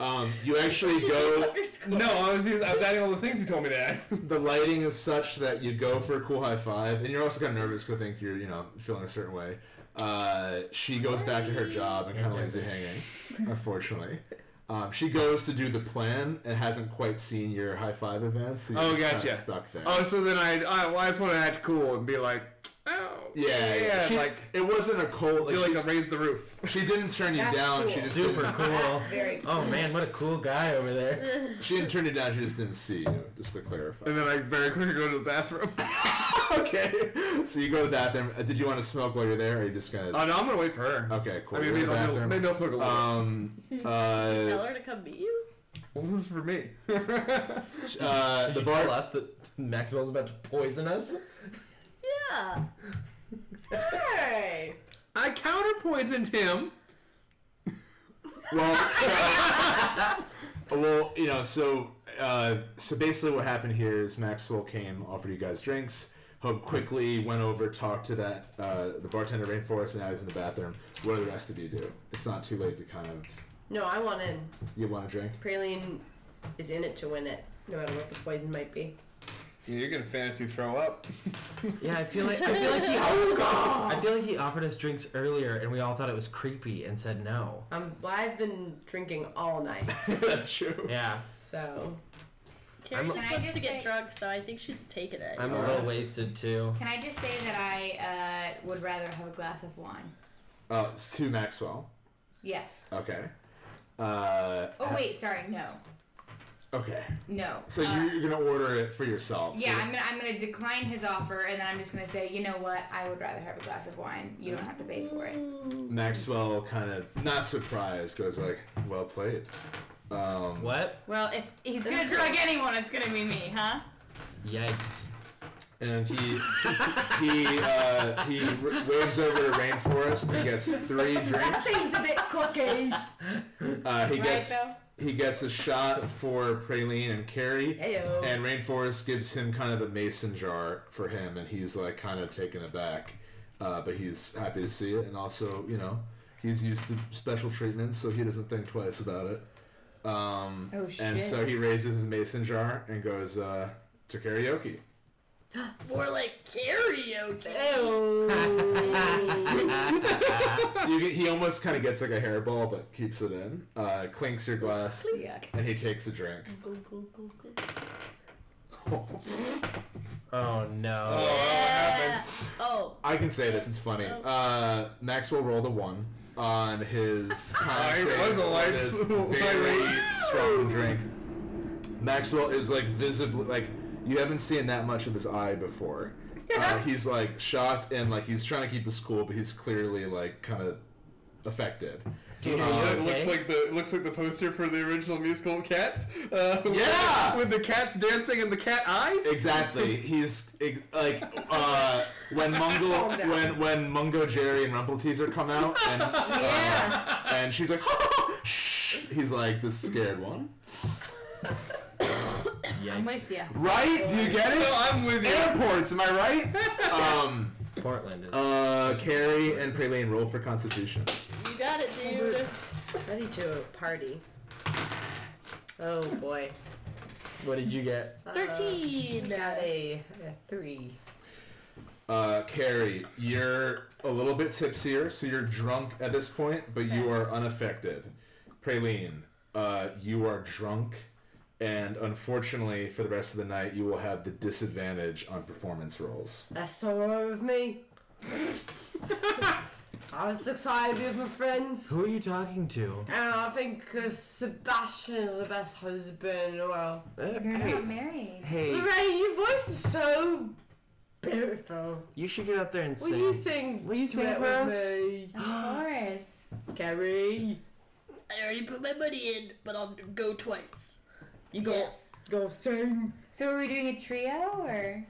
Speaker 2: Um, you actually go.
Speaker 6: No, I was using, I was adding all the things you told me to add.
Speaker 2: The lighting is such that you go for a cool high five, and you're also kind of nervous because I think you're, you know, feeling a certain way. Uh, she goes back to her job and kind of leaves you hanging, unfortunately. Um, she goes to do the plan and hasn't quite seen your high five event, so you're
Speaker 6: Oh,
Speaker 2: just
Speaker 6: gotcha.
Speaker 2: kind of stuck there.
Speaker 6: Oh, so then I I, well, I just want to act cool and be like, oh
Speaker 2: yeah, yeah. She-
Speaker 6: like
Speaker 2: it wasn't a cold.
Speaker 6: do
Speaker 2: Like,
Speaker 6: like a raise the roof.
Speaker 2: she didn't turn you down. She just
Speaker 8: Super
Speaker 2: didn't-
Speaker 8: cool.
Speaker 9: Very cool.
Speaker 8: Oh man, what a cool guy over there.
Speaker 2: She didn't turn you down. She just didn't see you. Just to clarify.
Speaker 6: And then I very quickly go to the [laughs] bathroom.
Speaker 2: [laughs] okay. So you go to the bathroom. Uh, Did you want to smoke while you're there, or are you just gonna?
Speaker 6: Oh no, I'm gonna wait for her.
Speaker 2: okay, cool.
Speaker 6: I mean,
Speaker 2: You're in
Speaker 6: maybe
Speaker 2: the
Speaker 6: I'll,
Speaker 2: bathroom.
Speaker 6: maybe I'll smoke a little.
Speaker 2: Um,
Speaker 9: Hmm.
Speaker 2: uh,
Speaker 7: Tell her to come meet you.
Speaker 6: well, this is for me. [laughs]
Speaker 2: uh, the
Speaker 8: Did you tell
Speaker 2: bar.
Speaker 8: us that Maxwell's about to poison us?
Speaker 7: Yeah.
Speaker 5: Hey!
Speaker 6: I counter poisoned him.
Speaker 2: Well,
Speaker 8: [laughs]
Speaker 2: so- well, you know, so uh, so basically, what happened here is Maxwell came, offered you guys drinks. Hope quickly went over, talked to that uh, the bartender Rainforest, and now he's in the bathroom. What do the rest of you do? It's not too late to kind of
Speaker 5: No, I want in.
Speaker 2: you want a drink.
Speaker 5: Praline is in it to win it, no matter what the poison might be.
Speaker 6: You're gonna fantasy throw up.
Speaker 8: Yeah, I feel like I feel [laughs] like he. I feel like he offered us drinks earlier, and we all thought it was creepy and said no.
Speaker 5: Um, well, I've been drinking all night,
Speaker 2: [laughs] That's true.
Speaker 8: Yeah,
Speaker 5: so
Speaker 7: Carrie
Speaker 8: I'm-
Speaker 7: just
Speaker 9: Can I
Speaker 7: wants
Speaker 9: just
Speaker 7: to get
Speaker 9: say-
Speaker 7: drunk, so I think she's taking it.
Speaker 8: I'm a little wasted too.
Speaker 9: Can I just say that I uh, would rather have a glass of wine?
Speaker 2: Uh, it's to Maxwell.
Speaker 9: Yes.
Speaker 2: Okay. Uh,
Speaker 9: Oh wait, sorry, no,
Speaker 2: Okay.
Speaker 9: no.
Speaker 2: So
Speaker 9: Uh,
Speaker 2: you're, you're gonna order it for yourself.
Speaker 9: Yeah,
Speaker 2: So-
Speaker 9: I'm gonna I'm gonna decline his offer, and then I'm just gonna say, you know what? I would rather have a glass of wine. You don't have to pay for it.
Speaker 2: Maxwell kind of not surprised goes like, "Well played." Um,
Speaker 8: What?
Speaker 9: Well, if he's gonna drug anyone, it's gonna be me, huh?
Speaker 8: Yikes!
Speaker 2: and he he uh, he r- waves over to Rainforest and gets three drinks.
Speaker 5: seems a bit cocky.
Speaker 2: Uh, he gets
Speaker 9: Bill?
Speaker 2: he gets a shot for Praline and Carrie,
Speaker 5: Heyo.
Speaker 2: and Rainforest gives him kind of a mason jar for him, and he's like kind of taken aback, uh, but he's happy to see it, and also you know he's used to special treatment, so he doesn't think twice about it. Um,
Speaker 9: Oh,
Speaker 2: And
Speaker 9: shit.
Speaker 2: so he raises his mason jar and goes uh, to karaoke.
Speaker 7: More like karaoke.
Speaker 2: you, get- he almost kind of gets like a hairball, but keeps it in. Uh, clinks your glass,
Speaker 9: Yuck.
Speaker 2: and he takes a drink.
Speaker 8: Oh no!
Speaker 7: Yeah. Oh,
Speaker 2: I can say this; it's funny. Uh, Maxwell rolled a one on his. con
Speaker 6: it
Speaker 2: save
Speaker 6: was a
Speaker 2: for
Speaker 6: light-
Speaker 2: this
Speaker 6: light
Speaker 2: very
Speaker 6: rate.
Speaker 2: strong drink. Maxwell is like visibly like you haven't seen that much of his eye before. Uh, he's like shocked and like he's trying to keep his cool, but he's clearly like kind of affected.
Speaker 8: Dude,
Speaker 2: Uh,
Speaker 8: are you
Speaker 6: It looks
Speaker 8: okay?
Speaker 6: like the it looks like the poster for the original musical Cats. Uh,
Speaker 2: Yeah!
Speaker 6: with, the cats dancing and the cat eyes.
Speaker 2: [laughs] Exactly. He's ex- like uh, [laughs] when Mungo when when Mungo Jerry and Rumple Teaser come out [laughs] and uh, and [laughs] she's like shh. He's like the scared one.
Speaker 9: I'm with you.
Speaker 2: Right? Do you get it? I'm with Airports, am I [laughs] right? um,
Speaker 8: Portland is.
Speaker 2: uh, Carrie and Praline roll for Constitution.
Speaker 7: You got it, dude.
Speaker 5: Ready to party. Oh boy.
Speaker 8: What did you get?
Speaker 5: Uh,
Speaker 7: 13.
Speaker 5: got a, a three.
Speaker 2: Uh, Carrie, you're a little bit tipsier, so you're drunk at this point, but you are unaffected. Praline, uh, you are drunk, and unfortunately, for the rest of the night, you will have the disadvantage on performance rolls.
Speaker 5: That's so wrong with me. [laughs] I was excited to be with my friends.
Speaker 8: Who are you talking to?
Speaker 5: And I think uh, Sebastian is the best husband in the world.
Speaker 8: Uh,
Speaker 9: You're
Speaker 8: hey,
Speaker 9: not married.
Speaker 8: hey,
Speaker 5: Lorraine, your voice is so beautiful.
Speaker 8: you should get up there and
Speaker 5: Will
Speaker 8: sing.
Speaker 5: you sing?
Speaker 8: Will you sing
Speaker 5: duet
Speaker 8: for
Speaker 5: with
Speaker 8: us?
Speaker 5: me?
Speaker 9: Of course.
Speaker 5: Carrie,
Speaker 7: I already put my money in, but I'll go twice.
Speaker 5: you go,
Speaker 7: Yes.
Speaker 5: go sing.
Speaker 9: So are we doing a trio or?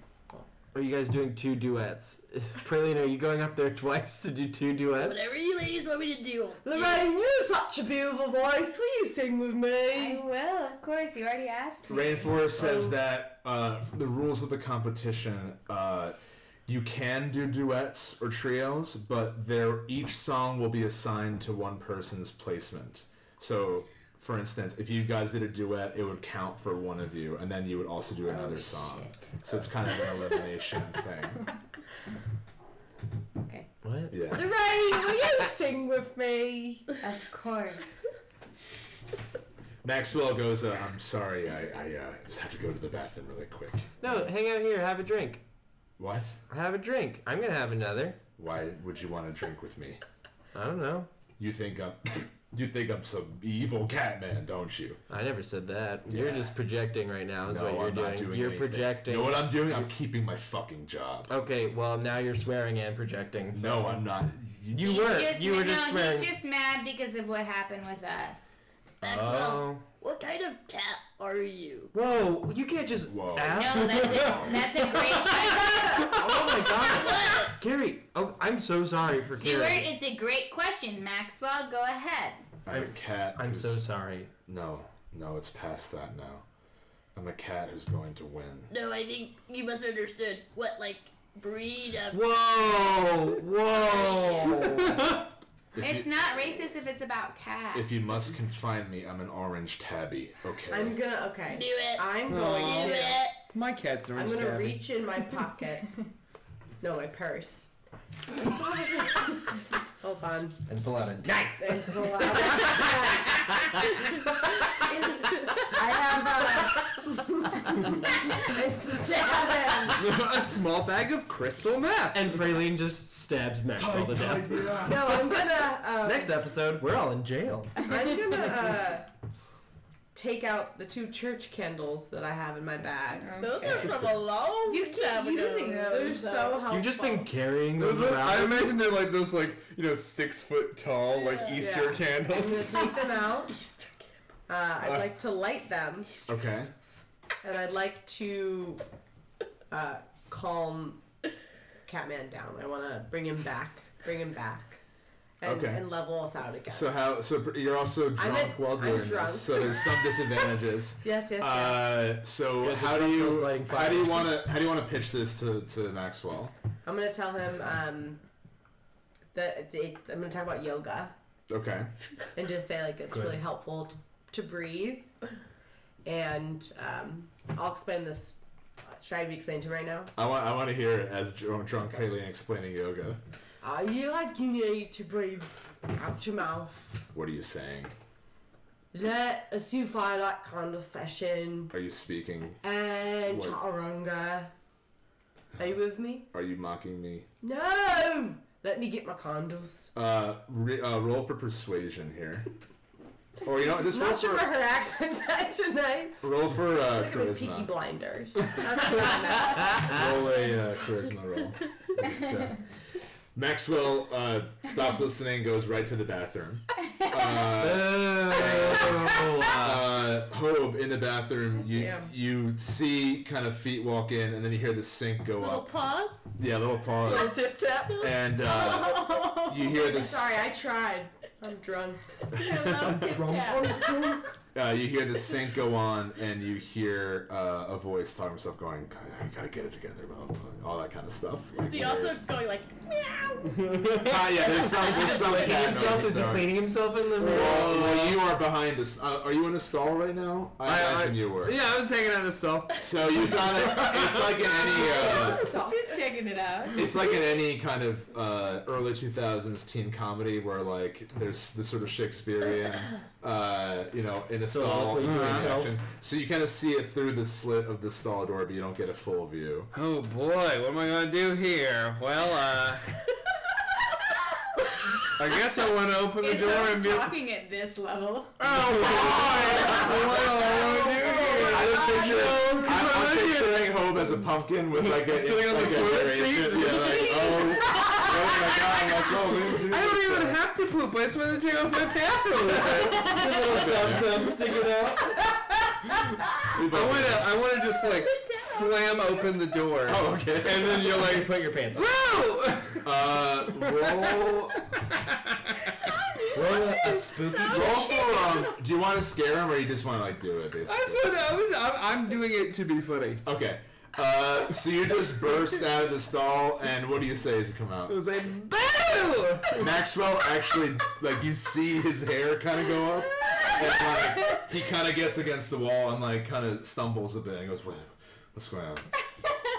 Speaker 8: Are you guys doing two duets? [laughs] Praline, are you going up there [laughs] twice to do two duets?
Speaker 7: Whatever you ladies want me to do. I'll do it.
Speaker 5: Lorraine, you have such a beautiful voice. Will you sing with
Speaker 9: I
Speaker 5: me?
Speaker 9: will, of course. You already asked me.
Speaker 2: Rainforest says that uh, the rules of the competition, uh, you can do duets or trios, but there each song will be assigned to one person's placement. So, for instance, if you guys did a duet, it would count for one of you, and then you would also do another song. So it's kind of an elimination thing.
Speaker 8: What?
Speaker 2: Yeah.
Speaker 5: Lorraine, will you sing with me?
Speaker 9: Of course.
Speaker 2: Maxwell goes, uh, "I'm sorry, I, I uh, just have to go to the bathroom really quick."
Speaker 8: No, hang out here. Have a drink.
Speaker 2: What?
Speaker 8: Have a drink. I'm gonna have another.
Speaker 2: Why would you want to drink with me?
Speaker 8: I don't know.
Speaker 2: You think I'm, [coughs] you think I'm some evil Catman, don't you?
Speaker 8: I never said that. You're
Speaker 2: Yeah.
Speaker 8: just projecting right now. Is
Speaker 2: No,
Speaker 8: what you're
Speaker 2: I'm
Speaker 8: doing.
Speaker 2: not doing
Speaker 8: You're
Speaker 2: anything.
Speaker 8: projecting.
Speaker 2: You know what I'm doing? I'm keeping my fucking job.
Speaker 8: okay, well now you're swearing and projecting. So.
Speaker 2: No, I'm not.
Speaker 8: You
Speaker 9: He's
Speaker 8: were.
Speaker 9: just-
Speaker 8: you were
Speaker 9: no,
Speaker 8: just swearing.
Speaker 9: he's just mad because of what happened with us.
Speaker 7: Maxwell,
Speaker 8: Oh.
Speaker 7: what kind of cat are you?
Speaker 8: Whoa! You can't just.
Speaker 2: Whoa.
Speaker 8: ask-
Speaker 9: No, that's a,
Speaker 8: [laughs]
Speaker 9: that's a great question.
Speaker 8: Oh my god, Carrie. Oh, I'm so sorry for
Speaker 9: Stuart,
Speaker 8: Carrie.
Speaker 9: it's a great question. Maxwell, go ahead.
Speaker 2: I'm a cat.
Speaker 8: I'm so
Speaker 2: who's-
Speaker 8: sorry.
Speaker 2: No, no, it's past that now. I'm a cat who's going to win.
Speaker 7: No, I think you must understood what like breed of
Speaker 8: Whoa! Whoa!
Speaker 9: It's not racist if it's about cats. [laughs]
Speaker 2: If you must confine me, I'm an orange tabby. Okay.
Speaker 5: I'm gonna, okay.
Speaker 7: do it.
Speaker 5: I'm going
Speaker 7: do
Speaker 5: to.
Speaker 7: it.
Speaker 6: My cat's an
Speaker 5: I'm
Speaker 6: orange
Speaker 5: gonna
Speaker 6: tabby.
Speaker 5: reach in my pocket. no, my purse. Hold on.
Speaker 8: and pull out a knife.
Speaker 5: There's a lot. I have a. [laughs] it's seven.
Speaker 6: [laughs] a small bag of crystal meth.
Speaker 8: And Praline just stabs Maxwell to death.
Speaker 5: No, I'm gonna. Um,
Speaker 8: Next episode, we're all in jail.
Speaker 5: I'm gonna uh, take out the two church candles that I have in my bag.
Speaker 7: Those are from a long
Speaker 9: You keep
Speaker 7: time ago.
Speaker 9: using
Speaker 5: They're
Speaker 9: those.
Speaker 5: so helpful.
Speaker 8: You've just been carrying
Speaker 6: Those
Speaker 8: those
Speaker 6: are- I
Speaker 8: [laughs] around.
Speaker 6: imagine they're like those, like you know, six foot tall, like Easter
Speaker 5: Yeah. I'm
Speaker 8: [laughs]
Speaker 5: gonna
Speaker 6: candles.
Speaker 5: take them out. Uh, I'd like to light them,
Speaker 2: okay.
Speaker 5: and I'd like to uh, calm Catman down. I want to bring him back. Bring him back. And,
Speaker 2: Okay.
Speaker 5: and level us out again.
Speaker 2: So how? So pr- you're also drunk
Speaker 5: at-
Speaker 2: while
Speaker 5: I'm
Speaker 2: doing
Speaker 5: drunk.
Speaker 2: this. So there's
Speaker 5: [laughs]
Speaker 2: some disadvantages.
Speaker 5: yes, yes, yes.
Speaker 2: Uh, so
Speaker 8: the
Speaker 2: how do
Speaker 8: drunk girl's
Speaker 2: you
Speaker 8: lighting
Speaker 2: how do you
Speaker 8: fires.
Speaker 2: want to how do you want to pitch this to, to Maxwell?
Speaker 5: I'm gonna tell him um, that it, it, I'm gonna talk about yoga
Speaker 2: Okay.
Speaker 5: and just say like it's really helpful t- to breathe. And um, I'll explain this. Should I be explaining to him right now?
Speaker 2: I want I want to hear it as drunk drunk Kayleen explaining yoga.
Speaker 5: Uh, you like you need to breathe out your mouth.
Speaker 2: What are you saying?
Speaker 5: Let us do fire like conversation
Speaker 2: Are you speaking?
Speaker 5: and
Speaker 2: What?
Speaker 5: chaturanga. Are you with me?
Speaker 2: Are you mocking me?
Speaker 5: No. Let me get my candles.
Speaker 2: Uh, re- uh roll for persuasion here. Or you know, what, just roll
Speaker 5: Not sure what
Speaker 2: for
Speaker 5: her accent's [laughs] at tonight.
Speaker 2: roll for uh,
Speaker 5: Look at the Peaky
Speaker 2: charisma.
Speaker 5: Blinders. That's what I'm at.
Speaker 2: Roll a uh, charisma
Speaker 7: [laughs]
Speaker 2: roll. It's, uh, Maxwell uh, stops listening, goes right to the bathroom. Uh,
Speaker 8: Oh,
Speaker 2: uh, Hobe in the bathroom, you
Speaker 5: Damn.
Speaker 2: you see kind of feet walk in, and then you hear the sink go
Speaker 7: Little
Speaker 2: up.
Speaker 6: [laughs]
Speaker 7: pause.
Speaker 2: Yeah, little
Speaker 5: Little
Speaker 9: [laughs]
Speaker 2: pause,
Speaker 5: tip tap.
Speaker 7: [laughs]
Speaker 2: and uh, you hear this.
Speaker 5: Sorry, I tried. I'm drunk.
Speaker 7: [laughs]
Speaker 2: [laughs] Uh, you hear the sync go on, and you hear uh, a voice talking to himself, going, "I gotta get it together," blah, blah, blah, all that kind of stuff.
Speaker 7: Is he also going like meow?
Speaker 2: Ah, yeah. There's some. There's some
Speaker 4: Cleaning
Speaker 2: cat
Speaker 4: himself?
Speaker 2: noise
Speaker 4: Is he
Speaker 2: going.
Speaker 4: cleaning himself in the mirror?
Speaker 2: Well, well, you are behind us. Uh, are you in a stall right now? I,
Speaker 6: I- I-
Speaker 2: imagine you were.
Speaker 6: Yeah, I was taking out a stall.
Speaker 2: So you kind of. It's like in any. Uh,
Speaker 9: Just checking it out.
Speaker 2: it's like in any kind of uh, early 2000s teen comedy where like there's this sort of shakespearean uh, you know in a stall
Speaker 8: Soliloquy to
Speaker 2: uh-huh.
Speaker 8: himself.
Speaker 2: section. so you kind of see it through the slit of the stall door but you don't get a full view
Speaker 6: Oh boy, what am I gonna do here? Well, [laughs] uh. I guess I want to open the
Speaker 9: Is
Speaker 6: door and
Speaker 9: someone
Speaker 6: be. Oh
Speaker 9: talking at this level?
Speaker 6: boy! What do I
Speaker 2: I
Speaker 6: do
Speaker 2: just picture I'm, I'm
Speaker 6: here? I'm,
Speaker 2: picturing Hope as a pumpkin with like a
Speaker 6: Sitting on the
Speaker 2: like a
Speaker 6: toilet
Speaker 2: variation.
Speaker 6: seat?
Speaker 2: Yeah, like oh, oh my god, my soul into
Speaker 6: I don't even have to poop. I just want to take off my pants for a little bit.
Speaker 2: Yeah. We've
Speaker 6: I
Speaker 2: all
Speaker 6: want
Speaker 2: been
Speaker 6: to.
Speaker 2: there.
Speaker 6: I want to just like slam open the door. [laughs]
Speaker 2: Oh, okay.
Speaker 6: And then you're like,
Speaker 8: Put your pants on.
Speaker 6: bro. [laughs]
Speaker 2: uh, roll
Speaker 8: Roll a, a spooky
Speaker 2: Roll for um. Do you want to scare him or you just want to like do it? Basically.
Speaker 6: That's what I was. I'm, I'm doing it to be funny.
Speaker 2: Okay. Uh, so you just burst out of the stall, and what do you say as you come
Speaker 6: It
Speaker 2: out?
Speaker 6: was like, boo.
Speaker 2: Maxwell actually, like, you see his hair kind of go up, and like, he kind of gets against the wall and like kind of stumbles a bit and goes, "What? What's going on?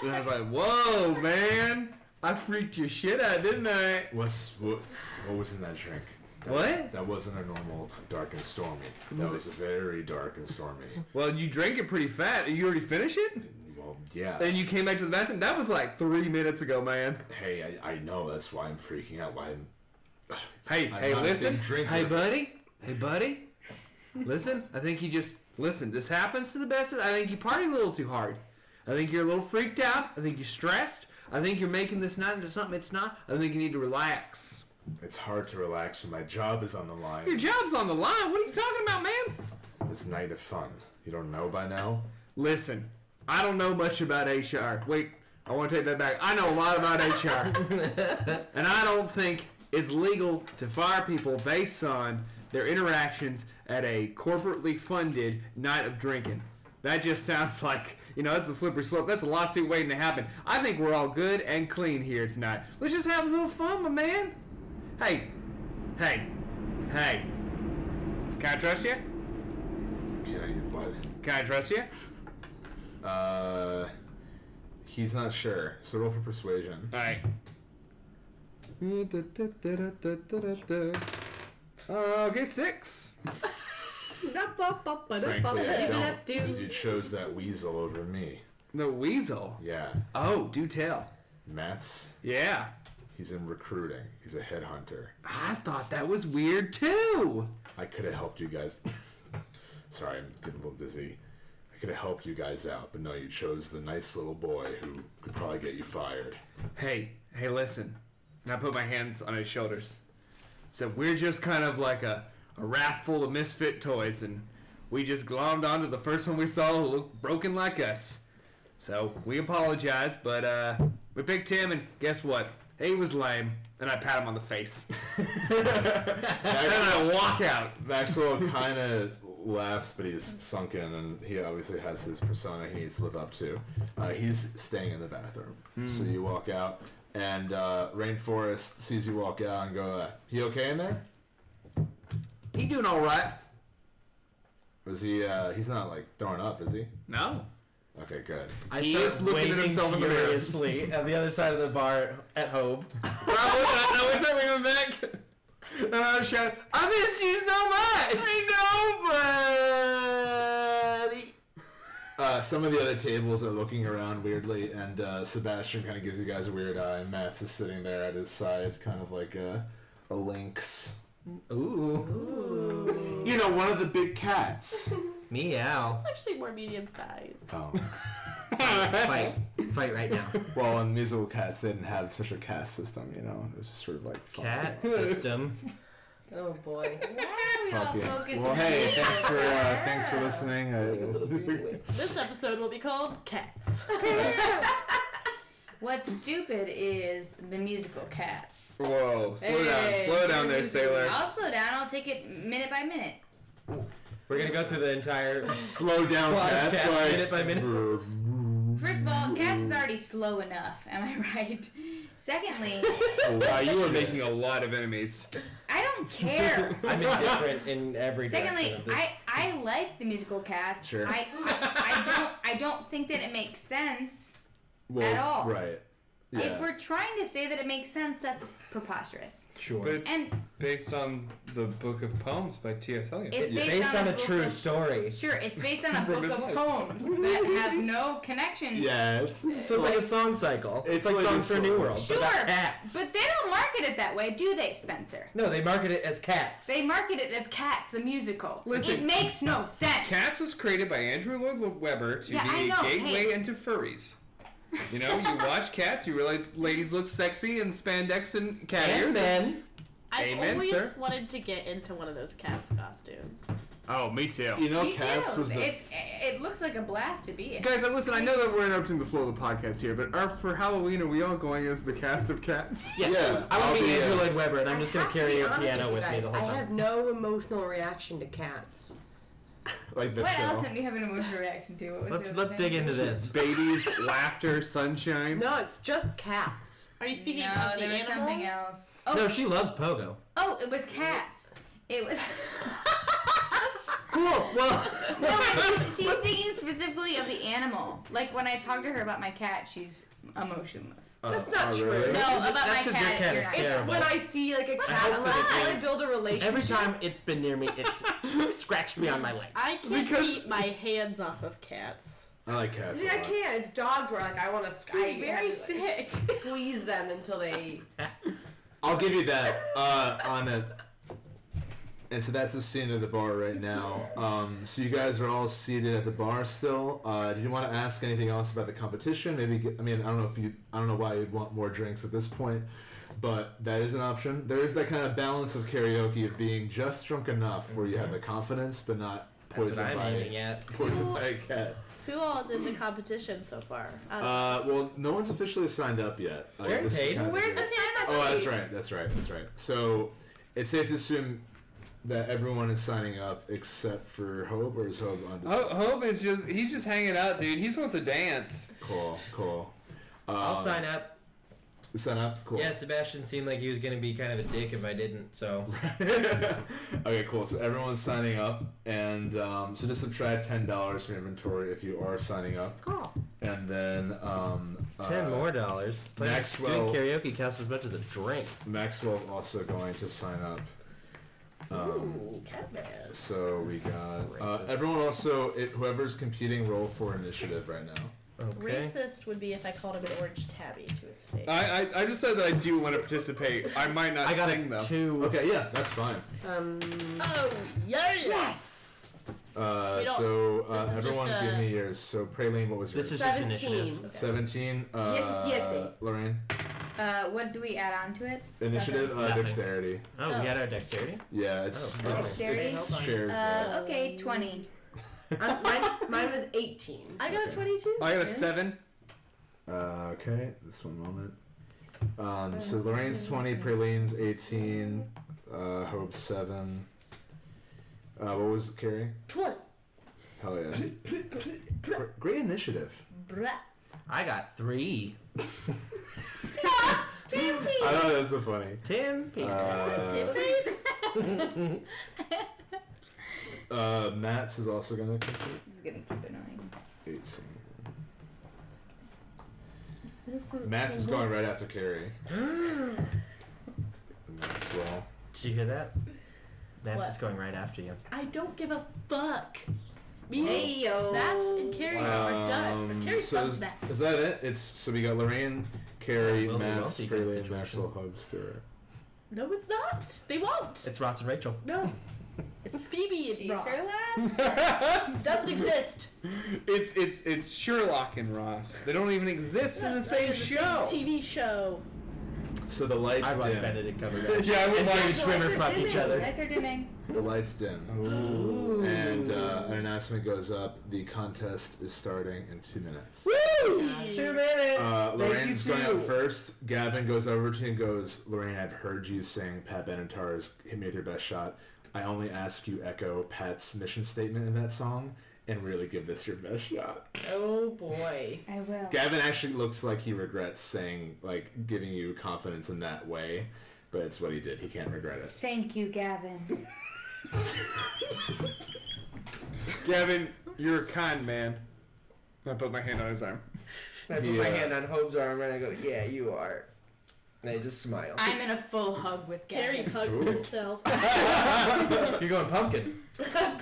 Speaker 6: And I was like, whoa, man. I freaked your shit out, didn't I?
Speaker 2: What's what? What was in that drink?" That
Speaker 6: What?
Speaker 2: that wasn't a normal dark and stormy. That was very dark and stormy.
Speaker 6: Well, you drank it pretty fat. You already finished it?
Speaker 2: Well, yeah.
Speaker 6: And you came back to the bathroom. That was like three minutes ago, man.
Speaker 2: Hey, I, I know that's why I'm freaking out. Why I'm [sighs]
Speaker 6: Hey,
Speaker 2: I'm
Speaker 6: hey,
Speaker 2: not a
Speaker 6: listen.
Speaker 2: big drinker.
Speaker 6: Hey, buddy. Hey, buddy. listen, I think you just listen. This happens to the best. of I think you party a little too hard. I think you're a little freaked out. I think you're stressed. I think you're making this night into something it's not. I think you need to relax.
Speaker 2: It's hard to relax when my job is on the line.
Speaker 6: Your job's on the line. What are you talking about, man?
Speaker 2: this night of fun. You don't know by now?
Speaker 6: Listen, I don't know much about HR. Wait, I want to take that back. I know a lot about HR. and I don't think it's legal to fire people based on their interactions at a corporately funded night of drinking. That just sounds [laughs] like, you know, that's a slippery slope. That's a lawsuit waiting to happen. I think we're all good and clean here tonight. Let's just have a little fun, my man. Hey, hey, hey. Can I trust you?
Speaker 2: Can I what?
Speaker 6: Can I trust you?
Speaker 2: Uh he's not sure. So roll for persuasion.
Speaker 6: All right. Uh, get six.
Speaker 2: Frankly, I don't
Speaker 5: Ba-da-ba-ba-da-ba-da-ba-da.
Speaker 2: because you chose that weasel over me.
Speaker 6: The weasel.
Speaker 2: Yeah.
Speaker 6: Oh, do tell.
Speaker 2: Matt's
Speaker 6: Yeah.
Speaker 2: he's in recruiting. He's a headhunter.
Speaker 6: I thought that was weird too.
Speaker 2: I could have helped you guys [laughs] Sorry, I'm getting a little dizzy. I could have helped you guys out, but no, you chose the nice little boy who could probably get you fired.
Speaker 6: Hey, hey, listen. And I put my hands on his shoulders. So we're just kind of like a, a raft full of misfit toys, and we just glommed onto the first one we saw who looked broken like us. So we apologize, but uh, we picked him, and guess what? He was lame, and I pat him on the face. [laughs] and I walk out.
Speaker 2: Maxwell kind of laughs, but he's sunken, and he obviously has his persona he needs to live up to. Uh, he's staying in the bathroom. So you walk out, and uh, Rainforest sees you walk out and go, uh, "You okay in there?
Speaker 6: He doing all right?
Speaker 2: Is he? Uh, he's not like throwing up, is he?
Speaker 6: No.
Speaker 2: Okay, good.
Speaker 8: I
Speaker 6: He
Speaker 8: start
Speaker 6: is looking at
Speaker 8: waving
Speaker 6: himself in the mirror.
Speaker 8: furiously at the other side of the bar at Hope.
Speaker 6: Well, I went there, we went back. And I was shouting, I miss you so much! I know, buddy!
Speaker 2: Uh, some of the other tables are looking around weirdly, and uh, Sebastian kind of gives you guys a weird eye, and Matt's is sitting there at his side, kind of like a, a lynx.
Speaker 8: Ooh,
Speaker 2: You know, one of the big cats.
Speaker 8: meow!
Speaker 7: Actually, more medium sized.
Speaker 2: [laughs] oh.
Speaker 8: Fight, fight right now.
Speaker 2: Well, on musical cats, they didn't have such a cast system, you know. It was just sort of like fuck
Speaker 8: Cat
Speaker 9: [laughs]
Speaker 8: system.
Speaker 5: Oh [laughs] boy.
Speaker 2: it, fuck it. Well, hey, thanks for uh, thanks
Speaker 9: [laughs]
Speaker 2: for [laughs] listening. Uh,
Speaker 7: This episode will be called Cats.
Speaker 9: What's stupid is the musical Cats.
Speaker 6: Whoa, slow down,
Speaker 9: Hey,
Speaker 6: slow down there,
Speaker 9: musical-
Speaker 6: sailor.
Speaker 9: I'll slow down. I'll take it minute by minute.
Speaker 8: [laughs] We're gonna go through the entire
Speaker 2: Slow down,
Speaker 8: Podcast,
Speaker 2: cats. Like,
Speaker 8: minute by minute.
Speaker 9: First of all, Cats is already slow enough. Am I [laughs] right? Secondly,
Speaker 6: Wow, you are making a lot of enemies.
Speaker 9: I don't care.
Speaker 8: I'm indifferent in every
Speaker 9: Secondly,
Speaker 8: direction of this.
Speaker 9: I, I like the musical Cats.
Speaker 2: Sure.
Speaker 9: I, I, I don't I don't think that it makes sense.
Speaker 2: well,
Speaker 9: at all.
Speaker 2: Right.
Speaker 9: If
Speaker 2: Yeah.
Speaker 9: we're trying to say that it makes sense, that's preposterous.
Speaker 6: But
Speaker 8: sure.
Speaker 6: it's
Speaker 9: And
Speaker 6: based on the Book of Poems by T.S. Eliot.
Speaker 9: it's based,
Speaker 8: Based on a
Speaker 9: book
Speaker 8: true
Speaker 9: of-
Speaker 8: story.
Speaker 9: Sure, it's based on a
Speaker 6: From
Speaker 9: book
Speaker 6: his
Speaker 9: of
Speaker 6: life.
Speaker 9: poems that have no connection.
Speaker 2: Yeah, it's
Speaker 8: So it's like a song cycle.
Speaker 2: It's
Speaker 8: It's like
Speaker 2: like a
Speaker 8: songs for
Speaker 2: song.
Speaker 8: New World.
Speaker 9: Sure,
Speaker 8: But about cats.
Speaker 9: but they don't market it that way, do they, Spencer?
Speaker 8: No, they market it as cats.
Speaker 9: They market it as Cats, the musical.
Speaker 6: Listen,
Speaker 9: it makes no sense.
Speaker 6: Cats was created by Andrew Lloyd Webber to
Speaker 9: Yeah, I
Speaker 6: be
Speaker 9: know,
Speaker 6: a gateway
Speaker 9: hey.
Speaker 6: into furries. You
Speaker 9: [laughs]
Speaker 6: know, you watch cats, you realize ladies look sexy in spandex and cat
Speaker 8: And
Speaker 6: ears.
Speaker 8: then
Speaker 7: [laughs] I've
Speaker 6: Amen,
Speaker 7: always
Speaker 6: sir.
Speaker 7: wanted to get into one of those cat's costumes.
Speaker 6: Oh, me too.
Speaker 2: you know,
Speaker 9: Me
Speaker 2: cats
Speaker 9: too.
Speaker 2: was the
Speaker 9: It's, it looks like a blast to be in.
Speaker 6: Guys, uh, listen, I know that we're interrupting the flow of the podcast here, but are, for Halloween, are we all going as the cast of cats?
Speaker 8: yeah,
Speaker 2: Yeah,
Speaker 8: I want to
Speaker 2: I'll
Speaker 8: be
Speaker 2: be,
Speaker 8: Andrew
Speaker 2: uh,
Speaker 8: Lloyd Webber, and I'm just gonna
Speaker 5: have to
Speaker 8: carry
Speaker 5: be
Speaker 8: your
Speaker 5: honest
Speaker 8: piano
Speaker 5: you
Speaker 8: with me
Speaker 5: guys,
Speaker 8: the whole
Speaker 5: I
Speaker 8: time.
Speaker 5: have no emotional reaction to cats.
Speaker 2: like the
Speaker 9: What
Speaker 2: show.
Speaker 9: else did we have an emotional reaction to? What was
Speaker 8: Let's
Speaker 9: the other
Speaker 8: let's
Speaker 9: thing?
Speaker 8: dig into this.
Speaker 6: [laughs] Babies, laughter, sunshine.
Speaker 5: No,
Speaker 8: Uh,
Speaker 5: it's just cats.
Speaker 7: Are you speaking
Speaker 9: No,
Speaker 7: of the
Speaker 9: there was
Speaker 7: animal?
Speaker 9: something else. Oh,
Speaker 8: No, she loves Pogo.
Speaker 9: oh, it was cats. It [laughs] was.
Speaker 8: Cool. [laughs] Well,
Speaker 9: no, she- she's speaking specifically of the animal. Like when I talk to her about my cat, she's emotionless.
Speaker 5: That's not
Speaker 2: oh,
Speaker 5: true.
Speaker 2: really?
Speaker 9: No, about my
Speaker 8: that's 'cause your
Speaker 9: cat.
Speaker 8: cat
Speaker 9: you're
Speaker 8: is
Speaker 9: not.
Speaker 8: terrible.
Speaker 5: When I see like a cat, I'm like, I want to build a relationship.
Speaker 8: every time it's been near me, it's scratched me on my legs.
Speaker 7: I can't
Speaker 6: Because-
Speaker 7: keep my hands off of cats.
Speaker 2: I like cats.
Speaker 5: See,
Speaker 2: a
Speaker 5: I
Speaker 2: lot.
Speaker 5: can't. It's dogs where like I want to.
Speaker 9: He's very sick.
Speaker 5: Squeeze them until they.
Speaker 2: I'll give you that uh, on a. And so that's the scene at the bar right now. Um, so you guys are all seated at the bar still. Uh, do you want to ask anything else about the competition? Maybe get, I mean I don't know if you I don't know why you'd want more drinks at this point, but that is an option. There is that kind of balance of karaoke of being just drunk enough where you have the confidence but not
Speaker 8: Mm-hmm. That's what
Speaker 2: poisoned
Speaker 8: I'm aiming
Speaker 2: by
Speaker 8: at.
Speaker 2: poisoned by a cat.
Speaker 7: Who all is in the competition so far?
Speaker 2: Uh, well, no one's officially signed up yet. Like,
Speaker 8: They're
Speaker 2: this
Speaker 8: paid.
Speaker 2: kind of-
Speaker 9: Where's the sign up?
Speaker 2: Oh, that's right. That's right. That's right. So it's safe to assume that everyone is signing up except for Hope, or is Hope on
Speaker 6: Ho-
Speaker 2: display?
Speaker 8: Oh.
Speaker 6: Hope is just, he's just hanging out, dude. He just wants to dance.
Speaker 2: Cool, cool. Um,
Speaker 8: I'll sign up.
Speaker 2: Sign up? Cool.
Speaker 8: Yeah, Sebastian seemed like he was gonna be kind of a dick if I didn't. So
Speaker 2: [laughs] okay, cool. So everyone's signing up, and um, so just subtract ten dollars from inventory if you are signing up. Cool. And then um,
Speaker 8: [laughs] ten
Speaker 2: uh,
Speaker 8: more dollars. Playing-
Speaker 2: Maxwell-
Speaker 8: Doing karaoke costs as much as a drink.
Speaker 2: Maxwell's also going to sign up.
Speaker 7: Ooh, Catman.
Speaker 2: So we got uh,
Speaker 8: Racist.
Speaker 2: everyone. Also, it, whoever's competing, roll for initiative right now.
Speaker 8: Okay.
Speaker 7: Racist would be if I called him an orange tabby to his face.
Speaker 6: I, I, I just said that I do want to participate. I might not
Speaker 8: I got
Speaker 6: sing,
Speaker 8: a
Speaker 6: though.
Speaker 8: two.
Speaker 2: Okay, yeah, that's fine.
Speaker 5: Um.
Speaker 7: oh, yeah.
Speaker 5: Yes.
Speaker 2: Uh,
Speaker 7: We don't-
Speaker 2: so uh,
Speaker 7: this is
Speaker 2: everyone,
Speaker 7: just
Speaker 2: give
Speaker 7: a-
Speaker 2: me yours. So Praline, what was yours?
Speaker 8: This is just initiative.
Speaker 2: seventeen.
Speaker 5: Seventeen.
Speaker 2: Uh,
Speaker 5: Diecisiete.
Speaker 2: Lorraine,
Speaker 9: Uh, what do we add on to it?
Speaker 2: initiative, uh,
Speaker 8: Nothing.
Speaker 2: dexterity.
Speaker 8: Oh, we got our dexterity.
Speaker 2: Yeah, it's
Speaker 8: Oh,
Speaker 2: it's, it's
Speaker 9: Dexterity?
Speaker 2: shares
Speaker 9: Uh, okay, twenty.
Speaker 5: Um, mine, mine was eighteen.
Speaker 7: I got a 22.
Speaker 6: I got a seven. [laughs]
Speaker 2: there. Uh, okay, this one moment. Um, so Lorraine's twenty, Praline's eighteen, uh, Hope seven. Uh, what was Carrie?
Speaker 5: Twenty.
Speaker 2: Hell yeah! Gr- Great initiative.
Speaker 7: Brat.
Speaker 8: I got three.
Speaker 2: I know that's so funny.
Speaker 8: Tim.
Speaker 2: Uh, uh, Matt's is also gonna compete.
Speaker 9: This is gonna keep annoying.
Speaker 2: 18. Matt's is going right after Carrie. Maxwell.
Speaker 8: Did you hear that? Matt's
Speaker 7: What?
Speaker 8: is going right after you.
Speaker 7: I don't give a fuck. Me,
Speaker 5: Hey yo.
Speaker 7: Max, and Carrie are done.
Speaker 2: Um,
Speaker 7: But Carrie's
Speaker 2: so
Speaker 7: so
Speaker 2: is,
Speaker 7: back.
Speaker 2: is that it? It's so we got Lorraine, Carrie,
Speaker 8: Well, we will
Speaker 2: Matt's,
Speaker 8: see kind of
Speaker 2: Braylon,
Speaker 8: situation.
Speaker 2: Maxwell, Hub, Stewart.
Speaker 7: No, it's not. They won't.
Speaker 8: It's Ross and Rachel.
Speaker 7: No. It's Phoebe and
Speaker 9: She's
Speaker 7: Ross.
Speaker 9: her last.
Speaker 2: [laughs]
Speaker 7: Doesn't exist.
Speaker 6: It's it's it's Sherlock and Ross. They don't even exist in the
Speaker 7: They're
Speaker 6: same
Speaker 7: the
Speaker 6: show.
Speaker 7: TV show.
Speaker 2: So the lights
Speaker 8: I like
Speaker 2: dim.
Speaker 8: [laughs] Benedict Cumberbatch.
Speaker 6: Yeah, I would like
Speaker 8: Marty Swimmer
Speaker 9: Lights are
Speaker 8: fuck each
Speaker 9: dimming.
Speaker 8: other.
Speaker 9: Lights are dimming.
Speaker 2: The lights
Speaker 8: Oh,
Speaker 2: dim. And uh, an announcement goes up. The contest is starting in two minutes.
Speaker 8: Two minutes.
Speaker 2: Uh, Lorraine's
Speaker 8: Thank you
Speaker 2: going out
Speaker 8: too.
Speaker 2: first. Gavin goes over to you and goes, Lorraine, I've heard you sing Pat Benatar's Hit Me With Your Best Shot. I only ask you echo Pat's mission statement in that song and really give this your best shot.
Speaker 5: Oh boy. [laughs]
Speaker 9: I will.
Speaker 2: Gavin actually looks like he regrets saying, like, giving you confidence in that way, but it's what he did. He can't regret it.
Speaker 9: Thank you, Gavin.
Speaker 6: Gavin, you're a kind man. I put my hand on his arm.
Speaker 8: I put
Speaker 2: Yeah.
Speaker 8: my hand on Hope's arm and I go, "Yeah, you are." And I just smile.
Speaker 9: I'm in a full hug with
Speaker 7: Carrie
Speaker 9: Gavin.
Speaker 7: hugs
Speaker 2: Ooh.
Speaker 7: herself.
Speaker 8: You're going pumpkin.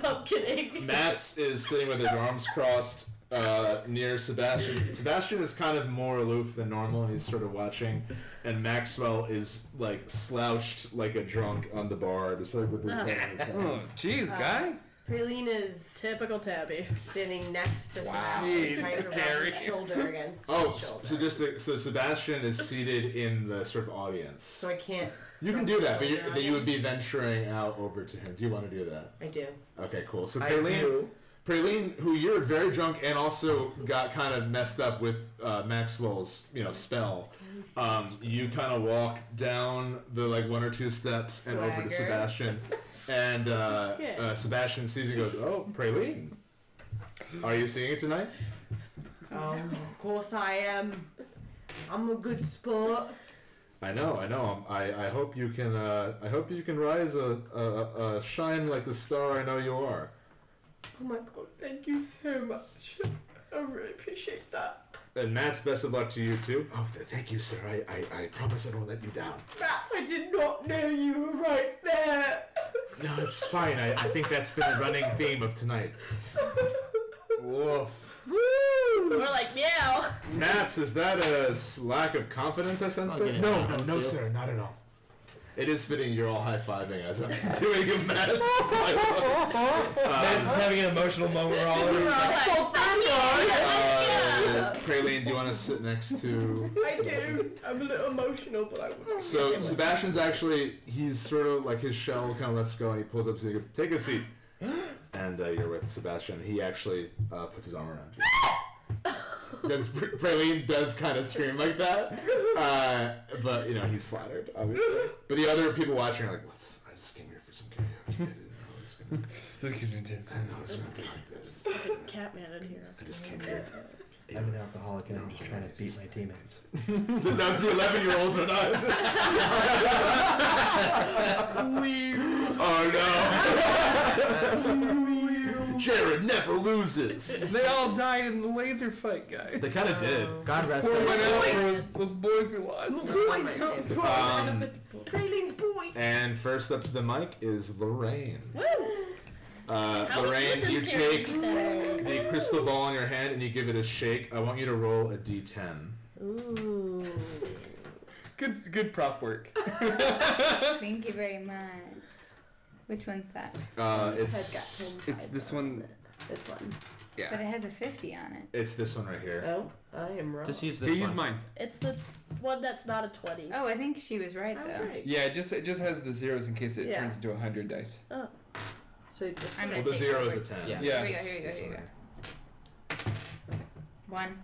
Speaker 7: Pumpkin egg.
Speaker 2: Mats is sitting with his arms crossed uh, near Sebastian. Sebastian is kind of more aloof than normal, and he's sort of watching. And Maxwell is like slouched like a drunk on the bar, just like with his head in his
Speaker 6: Oh,
Speaker 2: hands.
Speaker 6: jeez, guy.
Speaker 5: Prelina's
Speaker 7: Typical tabby.
Speaker 5: standing next to wow.
Speaker 6: Jeez,
Speaker 5: trying to rub
Speaker 6: Gary.
Speaker 5: his shoulder against
Speaker 2: Oh,
Speaker 5: his
Speaker 2: s-
Speaker 5: shoulder.
Speaker 2: so just to, so Sebastian is seated in the sort of audience.
Speaker 5: so I can't.
Speaker 2: You can do that, but you,
Speaker 8: uh,
Speaker 2: that you would be venturing out over to him. Do you want to do that?
Speaker 5: I do.
Speaker 2: Okay, cool. So
Speaker 8: I
Speaker 2: Praline,
Speaker 8: do.
Speaker 2: Praline, who you're very drunk and also got kind of messed up with uh, Maxwell's, you know, spell. Um, you kind of walk down the like one or two steps and over to
Speaker 5: Swagger.
Speaker 2: Sebastian, and uh, uh, Sebastian sees you and goes, "Oh, Praline, are you seeing it tonight?"
Speaker 5: Um, of course I am. I'm a good sport.
Speaker 2: I know, I know. i I, I hope you can. Uh, I hope you can rise a, a, a- a shine like the star I know you are.
Speaker 5: Oh my god, thank you so much. I really appreciate that.
Speaker 2: And Matt's best of luck to you too. Oh, th- thank you, sir. I, I, I promise I won't let you down.
Speaker 5: Rats, I did not know you were right there.
Speaker 2: No, it's fine. I, I think that's been a running theme of tonight. Woof.
Speaker 7: [laughs] We're like meow.
Speaker 2: [laughs] Matt's, is that a s- lack of confidence I sense there? No, no, no, sir, not at all. It is fitting you're all high fiving as I'm [laughs] doing a Matt's.
Speaker 5: [laughs]
Speaker 8: Ben's
Speaker 2: Matt's
Speaker 8: having an emotional moment. We're all
Speaker 7: We're all
Speaker 2: Oh,
Speaker 7: like,
Speaker 2: uh, Praline, do you want to sit next to?
Speaker 5: I do. I'm a little emotional, but I will.
Speaker 2: So Sebastian's actually he's sort of like his shell kind of lets go and he pulls up so you take a
Speaker 5: [gasps]
Speaker 2: seat. And uh, you're with Sebastian. He actually uh, puts his arm
Speaker 5: [laughs]
Speaker 2: around you. Because Pr- Praline does kind of scream like that, uh, but you know he's flattered,
Speaker 5: [laughs]
Speaker 2: obviously. But the other people watching are like, "What's? I just came here for some karaoke. I didn't know it was gonna.
Speaker 5: [laughs]
Speaker 2: I didn't know it was gonna be like this.
Speaker 7: Catman in here.
Speaker 2: I just came here."
Speaker 8: I'm an alcoholic and I'm just trying to beat my demons.
Speaker 2: the, the 11 year olds are not. Oh no. Jared never loses.
Speaker 6: [laughs] They all died in the laser fight, guys.
Speaker 2: They kind of did.
Speaker 8: God rest
Speaker 6: Poor
Speaker 8: their
Speaker 6: one
Speaker 8: souls.
Speaker 6: out for those boys we lost.
Speaker 2: Um, and first up to the mic is Lorraine. Uh,
Speaker 7: How
Speaker 2: Lorraine,
Speaker 7: would
Speaker 2: you
Speaker 7: this character
Speaker 2: take
Speaker 7: be better?
Speaker 2: the crystal ball in your hand and you give it a shake. I want you to roll a d10.
Speaker 5: Ooh.
Speaker 6: Good, good prop work.
Speaker 9: Thank you very much. Which one's that?
Speaker 2: Uh,
Speaker 5: Ted
Speaker 2: it's
Speaker 5: got
Speaker 9: [laughs]
Speaker 6: It's this one.
Speaker 5: This one.
Speaker 9: But it has a 50 on it.
Speaker 2: it's this one right here.
Speaker 5: Oh, I am wrong.
Speaker 8: Just use
Speaker 6: They
Speaker 8: this
Speaker 6: use
Speaker 8: one.
Speaker 6: mine.
Speaker 7: It's the one that's not a 20.
Speaker 9: Oh, I think she was right,
Speaker 5: I was
Speaker 9: though.
Speaker 5: right.
Speaker 6: Yeah, it just it just has the zeros in case it
Speaker 5: Yeah.
Speaker 6: turns into a hundred dice.
Speaker 5: So the
Speaker 9: I'm
Speaker 2: Well,
Speaker 9: gonna
Speaker 2: the
Speaker 9: take
Speaker 2: zero
Speaker 9: over.
Speaker 2: is a 10.
Speaker 8: Yeah.
Speaker 6: Yeah.
Speaker 9: Here we go,
Speaker 2: It's
Speaker 9: here we go,
Speaker 2: this
Speaker 9: here
Speaker 2: one.
Speaker 9: we go. One.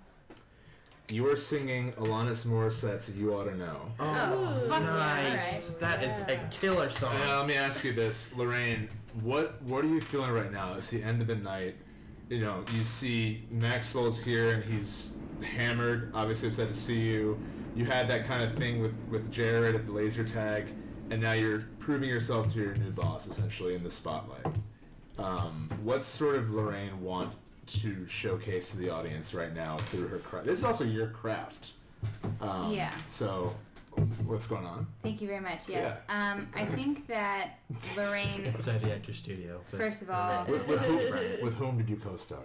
Speaker 2: You are singing Alanis Morissette's You Ought to Know.
Speaker 9: Oh, fuck yeah,
Speaker 8: nice. That is a killer song.
Speaker 2: Now, Uh, let me ask you this, Lorraine. What what are you feeling right now? It's the end of the night. You know, you see Maxwell's here and he's hammered, obviously upset to see you. You had that kind of thing with, with Jared at the laser tag, and now you're proving yourself to your new boss, essentially, in the spotlight. Um, what sort of Lorraine want to showcase to the audience right now through her craft? This is also your craft. Um,
Speaker 9: Yeah.
Speaker 2: So, what's going on?
Speaker 9: Thank you very much. Yes. Um, I think that
Speaker 2: [laughs]
Speaker 9: Lorraine.
Speaker 8: Inside the actor studio. but-
Speaker 9: First of all-
Speaker 2: With, with,
Speaker 9: [laughs]
Speaker 2: [laughs] whom, with whom did you co-star?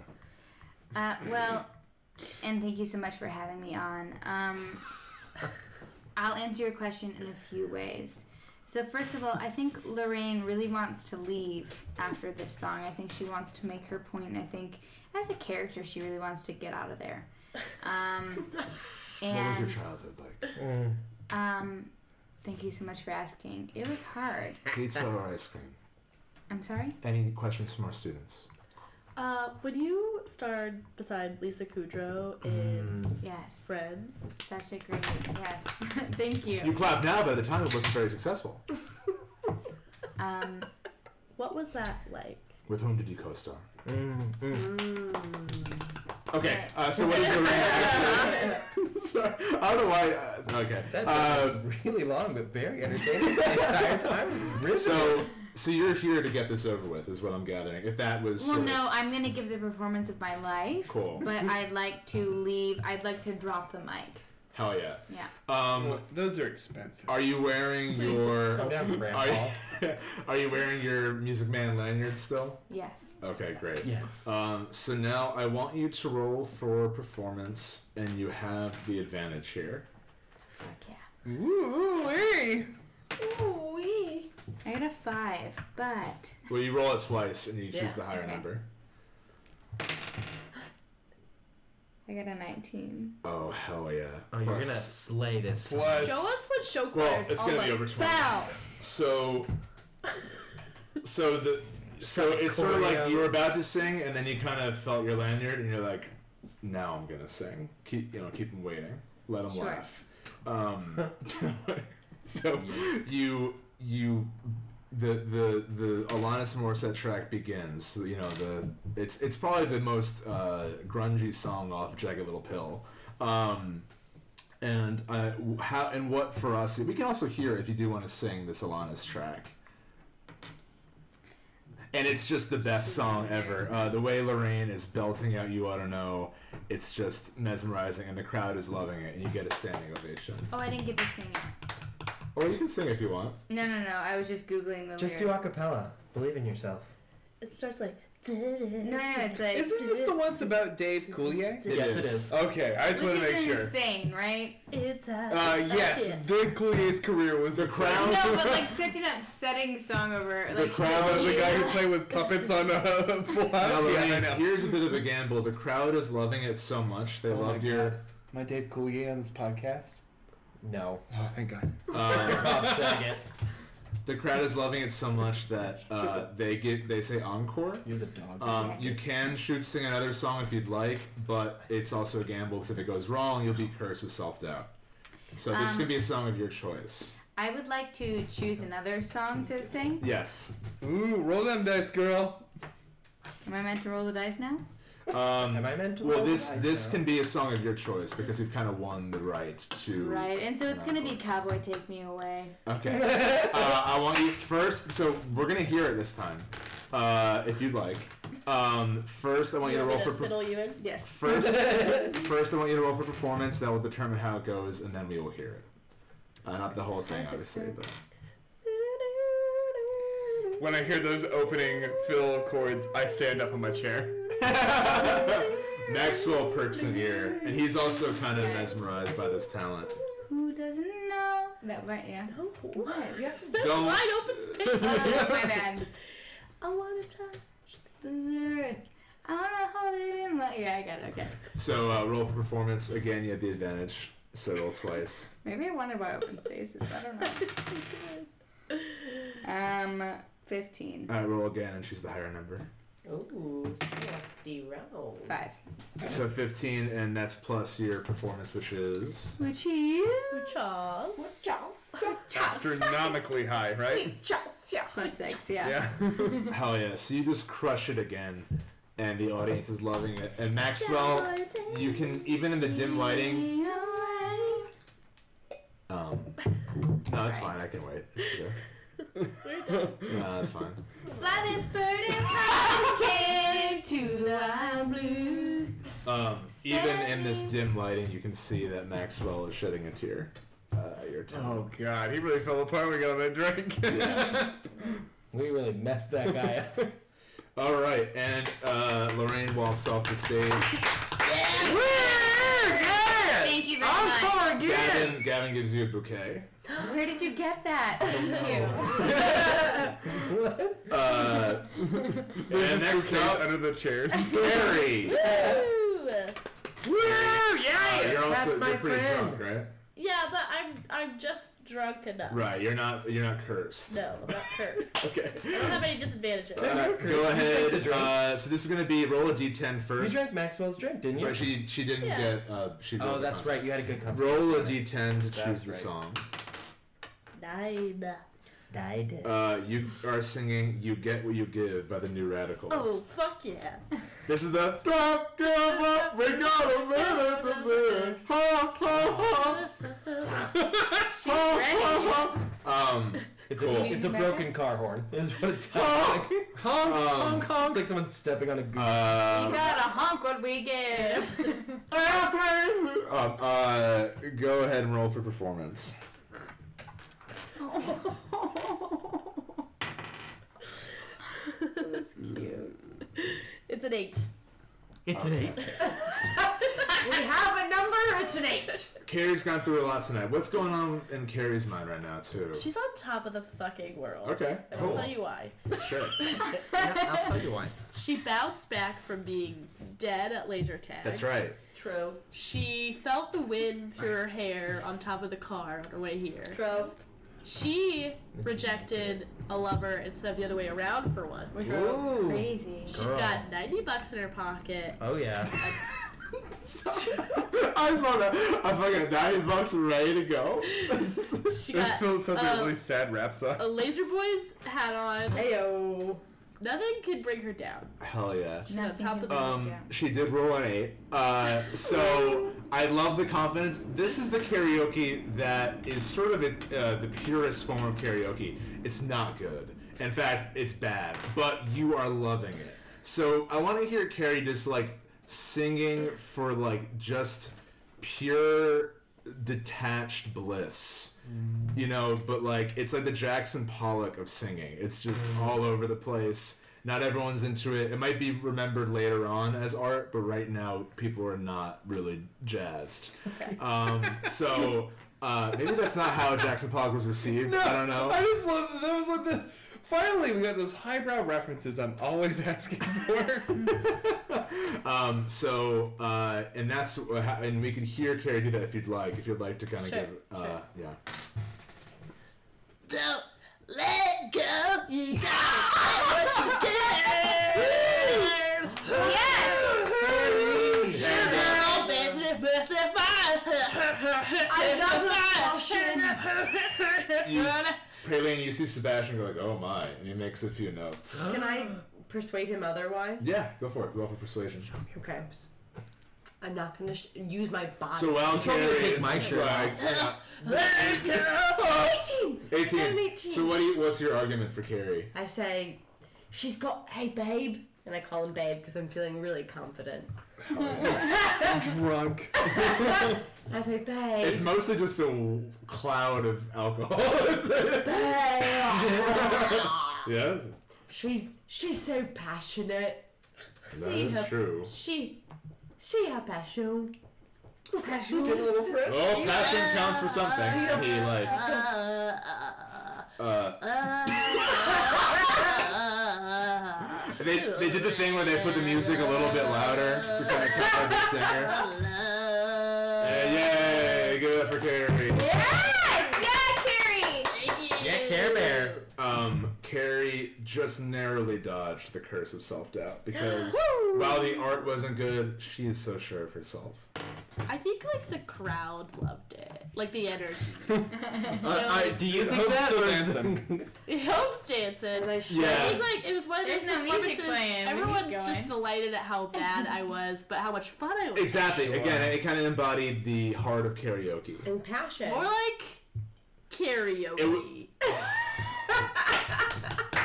Speaker 9: Uh, well, and thank you so much for having me on. Um, I'll answer your question in a few ways. So, first of all, I think Lorraine really wants to leave after this song. I think she wants to make her point, and I think as a character, she really wants to get out of there. Um,
Speaker 2: [laughs] What was
Speaker 9: and
Speaker 2: your childhood like?
Speaker 9: um, Thank you so much for asking. It was hard.
Speaker 2: Pizza or ice cream?
Speaker 9: I'm sorry?
Speaker 2: Any questions from our students?
Speaker 10: Uh, when you starred beside Lisa Kudrow in
Speaker 2: Mm.
Speaker 9: Yes.
Speaker 10: Friends,
Speaker 9: Such a great yes. [laughs] Thank you.
Speaker 2: You clap now. By the time it wasn't very successful.
Speaker 9: Um,
Speaker 10: what was that like?
Speaker 2: With whom did you co-star?
Speaker 4: Mm.
Speaker 9: Okay,
Speaker 2: Mm-hmm. Uh, so what is
Speaker 4: [laughs]
Speaker 2: the reaction? [laughs] Sorry, I don't know why. Uh, okay.
Speaker 4: That
Speaker 2: Uh,
Speaker 4: was really long, but very entertaining the entire time. It's really
Speaker 2: so, so you're here to get this over with, is what I'm gathering. If that was
Speaker 9: well,
Speaker 2: sort of-
Speaker 9: no, I'm gonna give the performance of my life.
Speaker 2: Cool.
Speaker 9: But I'd like to leave. I'd like to drop the mic.
Speaker 2: hell yeah.
Speaker 9: Yeah.
Speaker 2: Um,
Speaker 6: Those are expensive.
Speaker 2: are you wearing your?
Speaker 4: Calm down,
Speaker 2: Are
Speaker 4: Grandpa.
Speaker 2: you, oh, are you wearing your Music Man lanyard still?
Speaker 9: Yes.
Speaker 2: Okay, great.
Speaker 4: Yes.
Speaker 2: Um, so now I want you to roll for performance, and you have the advantage here.
Speaker 9: Fuck yeah.
Speaker 6: Ooh, hey.
Speaker 9: I got a five, but
Speaker 2: Well, you roll it twice, and you
Speaker 5: Yeah,
Speaker 2: choose the higher
Speaker 9: okay.
Speaker 2: number.
Speaker 9: I got a 19.
Speaker 2: Oh hell yeah!
Speaker 4: Oh, you're gonna
Speaker 2: Plus-
Speaker 4: slay this.
Speaker 2: plus-
Speaker 10: Show us what show
Speaker 2: Well,
Speaker 10: choirs
Speaker 2: it's
Speaker 10: all
Speaker 2: gonna be
Speaker 10: about.
Speaker 2: over twenty. So, so the so it's sort of like you were about to sing, and then you kind of felt your lanyard, and you're like, "Now I'm gonna sing." Keep you know, keep them waiting. Let them
Speaker 9: Sure.
Speaker 2: laugh. Um, [laughs] so you you the the the Alanis Morissette track begins. You know the it's it's probably the most uh, grungy song off Jagged Little Pill. Um, and uh, w- how and what for us? We can also hear if you do want to sing this Alanis track. And it's just the best song ever. Uh, the way Lorraine is belting out "You Oughta Know," it's just mesmerizing, and the crowd is loving it, and you get a standing ovation.
Speaker 9: Oh, I didn't get to sing it.
Speaker 2: Or you can sing if you want.
Speaker 9: No, no, no. I was just Googling the
Speaker 4: Just do
Speaker 9: lyrics.
Speaker 4: acapella. Believe in yourself.
Speaker 10: It starts like.
Speaker 9: No, no, no. It's like.
Speaker 6: Isn't this the ones about Dave Coulier?
Speaker 2: It
Speaker 4: yes,
Speaker 2: is.
Speaker 4: it
Speaker 8: Oh,
Speaker 4: is.
Speaker 6: Okay, I just
Speaker 9: which
Speaker 6: want to
Speaker 9: is
Speaker 6: make sure.
Speaker 9: insane, right?
Speaker 10: It's
Speaker 6: Uh, yes, Dave Coulier's career was the
Speaker 2: Crown.
Speaker 9: No,
Speaker 6: [laughs]
Speaker 9: but like such an upsetting song over. Like,
Speaker 2: the crowd,
Speaker 6: Oh, the guy who played with puppets on a [laughs] block.
Speaker 2: Now, Lorraine,
Speaker 6: Yeah, I know.
Speaker 2: here's a bit of a gamble. The crowd is loving it so much. They
Speaker 6: Oh my
Speaker 2: loved your.
Speaker 6: God. Am I Dave Coulier on this podcast?
Speaker 4: No.
Speaker 6: Oh, thank God.
Speaker 2: Um,
Speaker 4: Bob
Speaker 8: [laughs]
Speaker 4: Saget.
Speaker 2: the crowd is loving it so much that uh, they get they say encore.
Speaker 6: You're the dog.
Speaker 2: Um, you can shoot sing another song if you'd like, but it's also a gamble because if it goes wrong, you'll be cursed with self doubt. So this
Speaker 9: Um,
Speaker 2: could be a song of your choice.
Speaker 9: I would like to choose another song to sing.
Speaker 2: Yes.
Speaker 6: Ooh, roll them dice, girl.
Speaker 9: Am I meant to roll the dice now?
Speaker 2: Um,
Speaker 4: Am I meant to?
Speaker 2: well,
Speaker 4: roll
Speaker 2: this
Speaker 4: the dice
Speaker 2: this
Speaker 4: now?
Speaker 2: can be a song of your choice because you've kind of won the right to.
Speaker 9: Right, and so it's gonna be Cowboy Take Me Away.
Speaker 2: Okay. uh, I want you first. So we're gonna hear it this time, uh, if you'd like. Um, first, I want you, to roll for. perf-
Speaker 10: fiddle you in.
Speaker 9: Yes.
Speaker 2: First, first I want you to roll for performance. That will determine how it goes, and then we will hear it. Uh, not the whole thing, obviously. But
Speaker 6: When I hear those opening fill chords, I stand up on
Speaker 2: [laughs]
Speaker 6: my chair.
Speaker 2: Maxwell perks in here, and he's also kind of mesmerized by this talent.
Speaker 9: Who doesn't know that? Right, yeah. What? You have [laughs] to.
Speaker 2: Don't-
Speaker 10: Wide open space.
Speaker 9: Oh, my bad.
Speaker 10: I want to touch.
Speaker 9: The earth. I wanna hold it in my. Yeah, I got it. Okay.
Speaker 2: So uh, roll for performance again. You have the advantage. So roll twice.
Speaker 9: Maybe I wanted about open spaces. I don't [laughs] know. um, fifteen.
Speaker 2: All right, roll again and choose the higher number.
Speaker 5: Ooh, slusty round.
Speaker 9: Five.
Speaker 2: So 15, and that's plus your performance, which is
Speaker 9: Which is
Speaker 10: Charles.
Speaker 6: Astronomically high, right?
Speaker 9: plus six. Yeah.
Speaker 6: Yeah.
Speaker 2: hell yeah. So you just crush it again, and the audience is loving it. And Maxwell, you can even in the dim lighting, Um, no, that's fine. I can wait. It's okay. [laughs] no, that's fine.
Speaker 9: Fly this bird as high as it can to the wild blue.
Speaker 2: Um, even in this dim lighting, you can see that Maxwell is shedding a tear. Uh, your tear.
Speaker 6: Oh God, he really fell apart when we got on that drink.
Speaker 4: We really messed that guy up.
Speaker 8: [laughs]
Speaker 6: Oh.
Speaker 2: All right, and uh, Lorraine walks off the stage.
Speaker 9: Thank you very much.
Speaker 2: Gavin, Gavin gives you a bouquet.
Speaker 9: Where did you get that? Thank you.
Speaker 2: Uh, and
Speaker 6: There's
Speaker 2: next
Speaker 6: bouquets
Speaker 2: up,
Speaker 6: under the chairs.
Speaker 2: [laughs] Gary.
Speaker 10: Ooh.
Speaker 2: Uh, you're also
Speaker 5: my
Speaker 2: you're pretty
Speaker 5: friend.
Speaker 2: drunk, right?
Speaker 10: Yeah, but I'm I'm just drunk enough.
Speaker 2: Right, you're not you're not cursed.
Speaker 10: No, I'm not cursed.
Speaker 2: Okay.
Speaker 10: I don't have any disadvantages.
Speaker 2: Uh, go
Speaker 8: You take the
Speaker 2: ahead.
Speaker 8: drink.
Speaker 2: Uh, so this is gonna be roll a d10
Speaker 8: You
Speaker 2: first.
Speaker 8: drank Maxwell's drink, didn't you?
Speaker 2: But she she didn't
Speaker 10: Yeah.
Speaker 2: get. Uh, she
Speaker 8: oh,
Speaker 2: rolled the
Speaker 8: that's
Speaker 2: concert.
Speaker 8: right. You had a good concert.
Speaker 2: Roll a d10 to choose the
Speaker 8: right.
Speaker 2: song.
Speaker 10: Nine. Nine.
Speaker 2: Uh, you are singing "You Get What You Give" by the New Radicals.
Speaker 10: Oh fuck yeah!
Speaker 2: This is the Don't give up, we got a minute to live. Ha, ha,
Speaker 3: She's ready.
Speaker 2: ha, ha. Um,
Speaker 8: It's
Speaker 2: Cool.
Speaker 8: a it's a broken car horn. Is what it sounds
Speaker 2: honk,
Speaker 8: like. Hong
Speaker 2: honk,
Speaker 8: Kong. It's like someone stepping on a goose.
Speaker 2: um,
Speaker 5: gotta honk what we give.
Speaker 2: um, uh, go ahead and roll for performance.
Speaker 10: It's an eight.
Speaker 8: it's an eight.
Speaker 5: we have a number, it's an eight.
Speaker 2: Carrie's gone through a lot tonight. What's going on in Carrie's mind right now, too?
Speaker 10: She's on top of the fucking world.
Speaker 2: Okay,
Speaker 10: And
Speaker 2: cool.
Speaker 10: I'll tell you why.
Speaker 9: [laughs]
Speaker 2: Sure.
Speaker 8: I'll tell you why.
Speaker 10: [laughs] She bounced back from being dead at laser tag.
Speaker 2: That's right. [laughs]
Speaker 5: True.
Speaker 10: She felt the wind through her hair on top of the car on her way here.
Speaker 5: True.
Speaker 10: She rejected a lover instead of the other way around for once.
Speaker 8: Ooh.
Speaker 9: Crazy.
Speaker 10: She's got 90 bucks in her pocket.
Speaker 8: Oh yeah.
Speaker 2: I saw that. I fucking 90 bucks and ready to go.
Speaker 10: She
Speaker 6: This
Speaker 10: got
Speaker 6: feels something
Speaker 10: um,
Speaker 6: really sad rap song.
Speaker 10: a Laser Boys hat on.
Speaker 5: Ayo.
Speaker 10: Nothing could bring her down.
Speaker 2: Hell yeah.
Speaker 10: She's on
Speaker 9: Nothing
Speaker 10: top of the
Speaker 9: can-
Speaker 2: Um,
Speaker 9: Yeah.
Speaker 2: she did roll an eight. Uh, so I love the confidence. This is the karaoke that is sort of a, uh, the purest form of karaoke. It's not good. In fact, it's bad. But you are loving it. So I want to hear Carrie just like singing for like just pure detached bliss. You know, but like it's like the Jackson Pollock of singing. It's just
Speaker 6: Mm.
Speaker 2: all over the place. Not everyone's into it. It might be remembered later on as art, but right now people are not really jazzed. Um, so uh, maybe that's not how Jackson Pollock was received. I don't know.
Speaker 6: I just love that. That was like the. Finally, we got those highbrow references I'm always [laughs] asking for.
Speaker 2: [laughs] Um, so uh, and that's wha- how- and we could hear Carrie do that if you'd like. If you'd like to kind of
Speaker 10: Sure,
Speaker 2: give, uh,
Speaker 10: sure.
Speaker 2: yeah.
Speaker 7: Don't let go.
Speaker 9: [laughs]
Speaker 7: You don't get what you get. Girl, bitch, bitch, if I
Speaker 5: I got the
Speaker 2: You, s- Praline, you see E Sebastian going, "Oh my," and he makes a few
Speaker 8: [gasps]
Speaker 2: notes.
Speaker 5: Can I persuade him otherwise?
Speaker 2: Yeah, go for it. Go for persuasion.
Speaker 5: Okay. I'm not gonna sh- use my body.
Speaker 2: So while Carrie
Speaker 8: totally take
Speaker 2: is
Speaker 8: my
Speaker 2: just
Speaker 8: shirt
Speaker 2: like, [laughs]
Speaker 8: [laughs]
Speaker 5: Eighteen. I got
Speaker 2: 18.
Speaker 5: an 18.
Speaker 2: So what do you, what's your argument for Carrie?
Speaker 5: I say, she's got, hey babe, and I call him babe because I'm feeling really confident.
Speaker 6: Drunk.
Speaker 5: I say, babe,
Speaker 2: It's mostly just a cloud of alcohol. [laughs] yeah.
Speaker 5: babe.
Speaker 2: Yes,
Speaker 5: she's she's so passionate.
Speaker 2: that
Speaker 5: See her,
Speaker 2: is true.
Speaker 5: she she her passion.
Speaker 6: Get a
Speaker 5: Passion.
Speaker 6: little friend.
Speaker 2: Oh, passion counts for something. He like uh,
Speaker 8: uh,
Speaker 2: they they did the thing where they put the music a little bit louder to
Speaker 8: [laughs]
Speaker 2: kind of cover the singer. Yeah, yay! Give it up for Carrie.
Speaker 8: Yeah, Care Bear.
Speaker 2: um, Carrie just narrowly dodged the curse of self
Speaker 8: [gasps]
Speaker 2: doubt because while the art wasn't good, she is so sure of herself.
Speaker 10: I think like the crowd loved it. Like the energy.
Speaker 6: I, I, do you
Speaker 2: think that
Speaker 6: still
Speaker 2: or-
Speaker 6: dancing.
Speaker 10: Hope's dancing.
Speaker 5: And I sh-
Speaker 10: I
Speaker 2: Yeah.
Speaker 10: think like it was one of those
Speaker 9: There's no
Speaker 10: performances.
Speaker 9: music playing. We keep
Speaker 10: Everyone's
Speaker 9: going.
Speaker 10: just delighted at how bad I was, but how much fun I was.
Speaker 2: Exactly. Again, it kind of embodied the heart of karaoke.
Speaker 5: and passion.
Speaker 10: More like karaoke.
Speaker 2: w-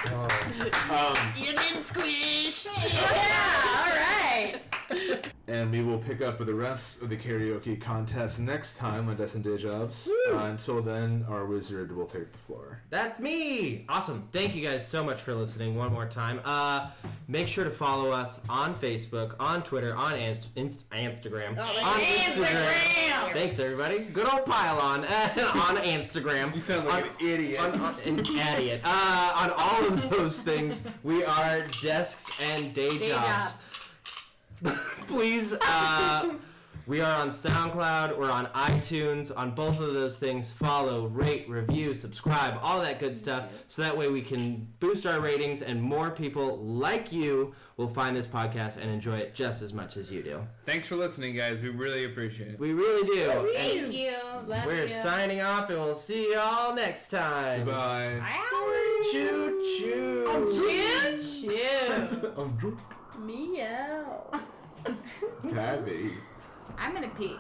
Speaker 2: Um,
Speaker 7: Union squish.
Speaker 2: and we will pick up with the rest of the karaoke contest next time on Destin Day Jobs. Uh, until then, our wizard will take the floor.
Speaker 8: That's me. Awesome. Thank you guys so much for listening one more time. Uh, make sure to follow us on Facebook, on Twitter, on Inst- Inst- Instagram. on Instagram. Thanks, everybody. Good old pylon on [laughs] Instagram.
Speaker 6: You sound like
Speaker 8: on,
Speaker 6: an idiot.
Speaker 8: on, on, an idiot. Uh, on all of those things, we are desks and day, [laughs]
Speaker 10: Day jobs.
Speaker 8: Please. Uh, We are on SoundCloud. We're on iTunes. On both of those things, follow, rate, review, subscribe, all that good stuff. So that way we can boost our ratings and more people like you will find this podcast and enjoy it just as much as you do.
Speaker 6: Thanks for listening, guys. We really appreciate it.
Speaker 8: We really do.
Speaker 3: Thank you. Love
Speaker 8: We're
Speaker 3: you.
Speaker 8: signing off and we'll see y'all next time.
Speaker 2: Bye.
Speaker 8: Choo choo.
Speaker 2: I'm drunk.
Speaker 7: Meow.
Speaker 2: Tabby.
Speaker 9: I'm gonna pee.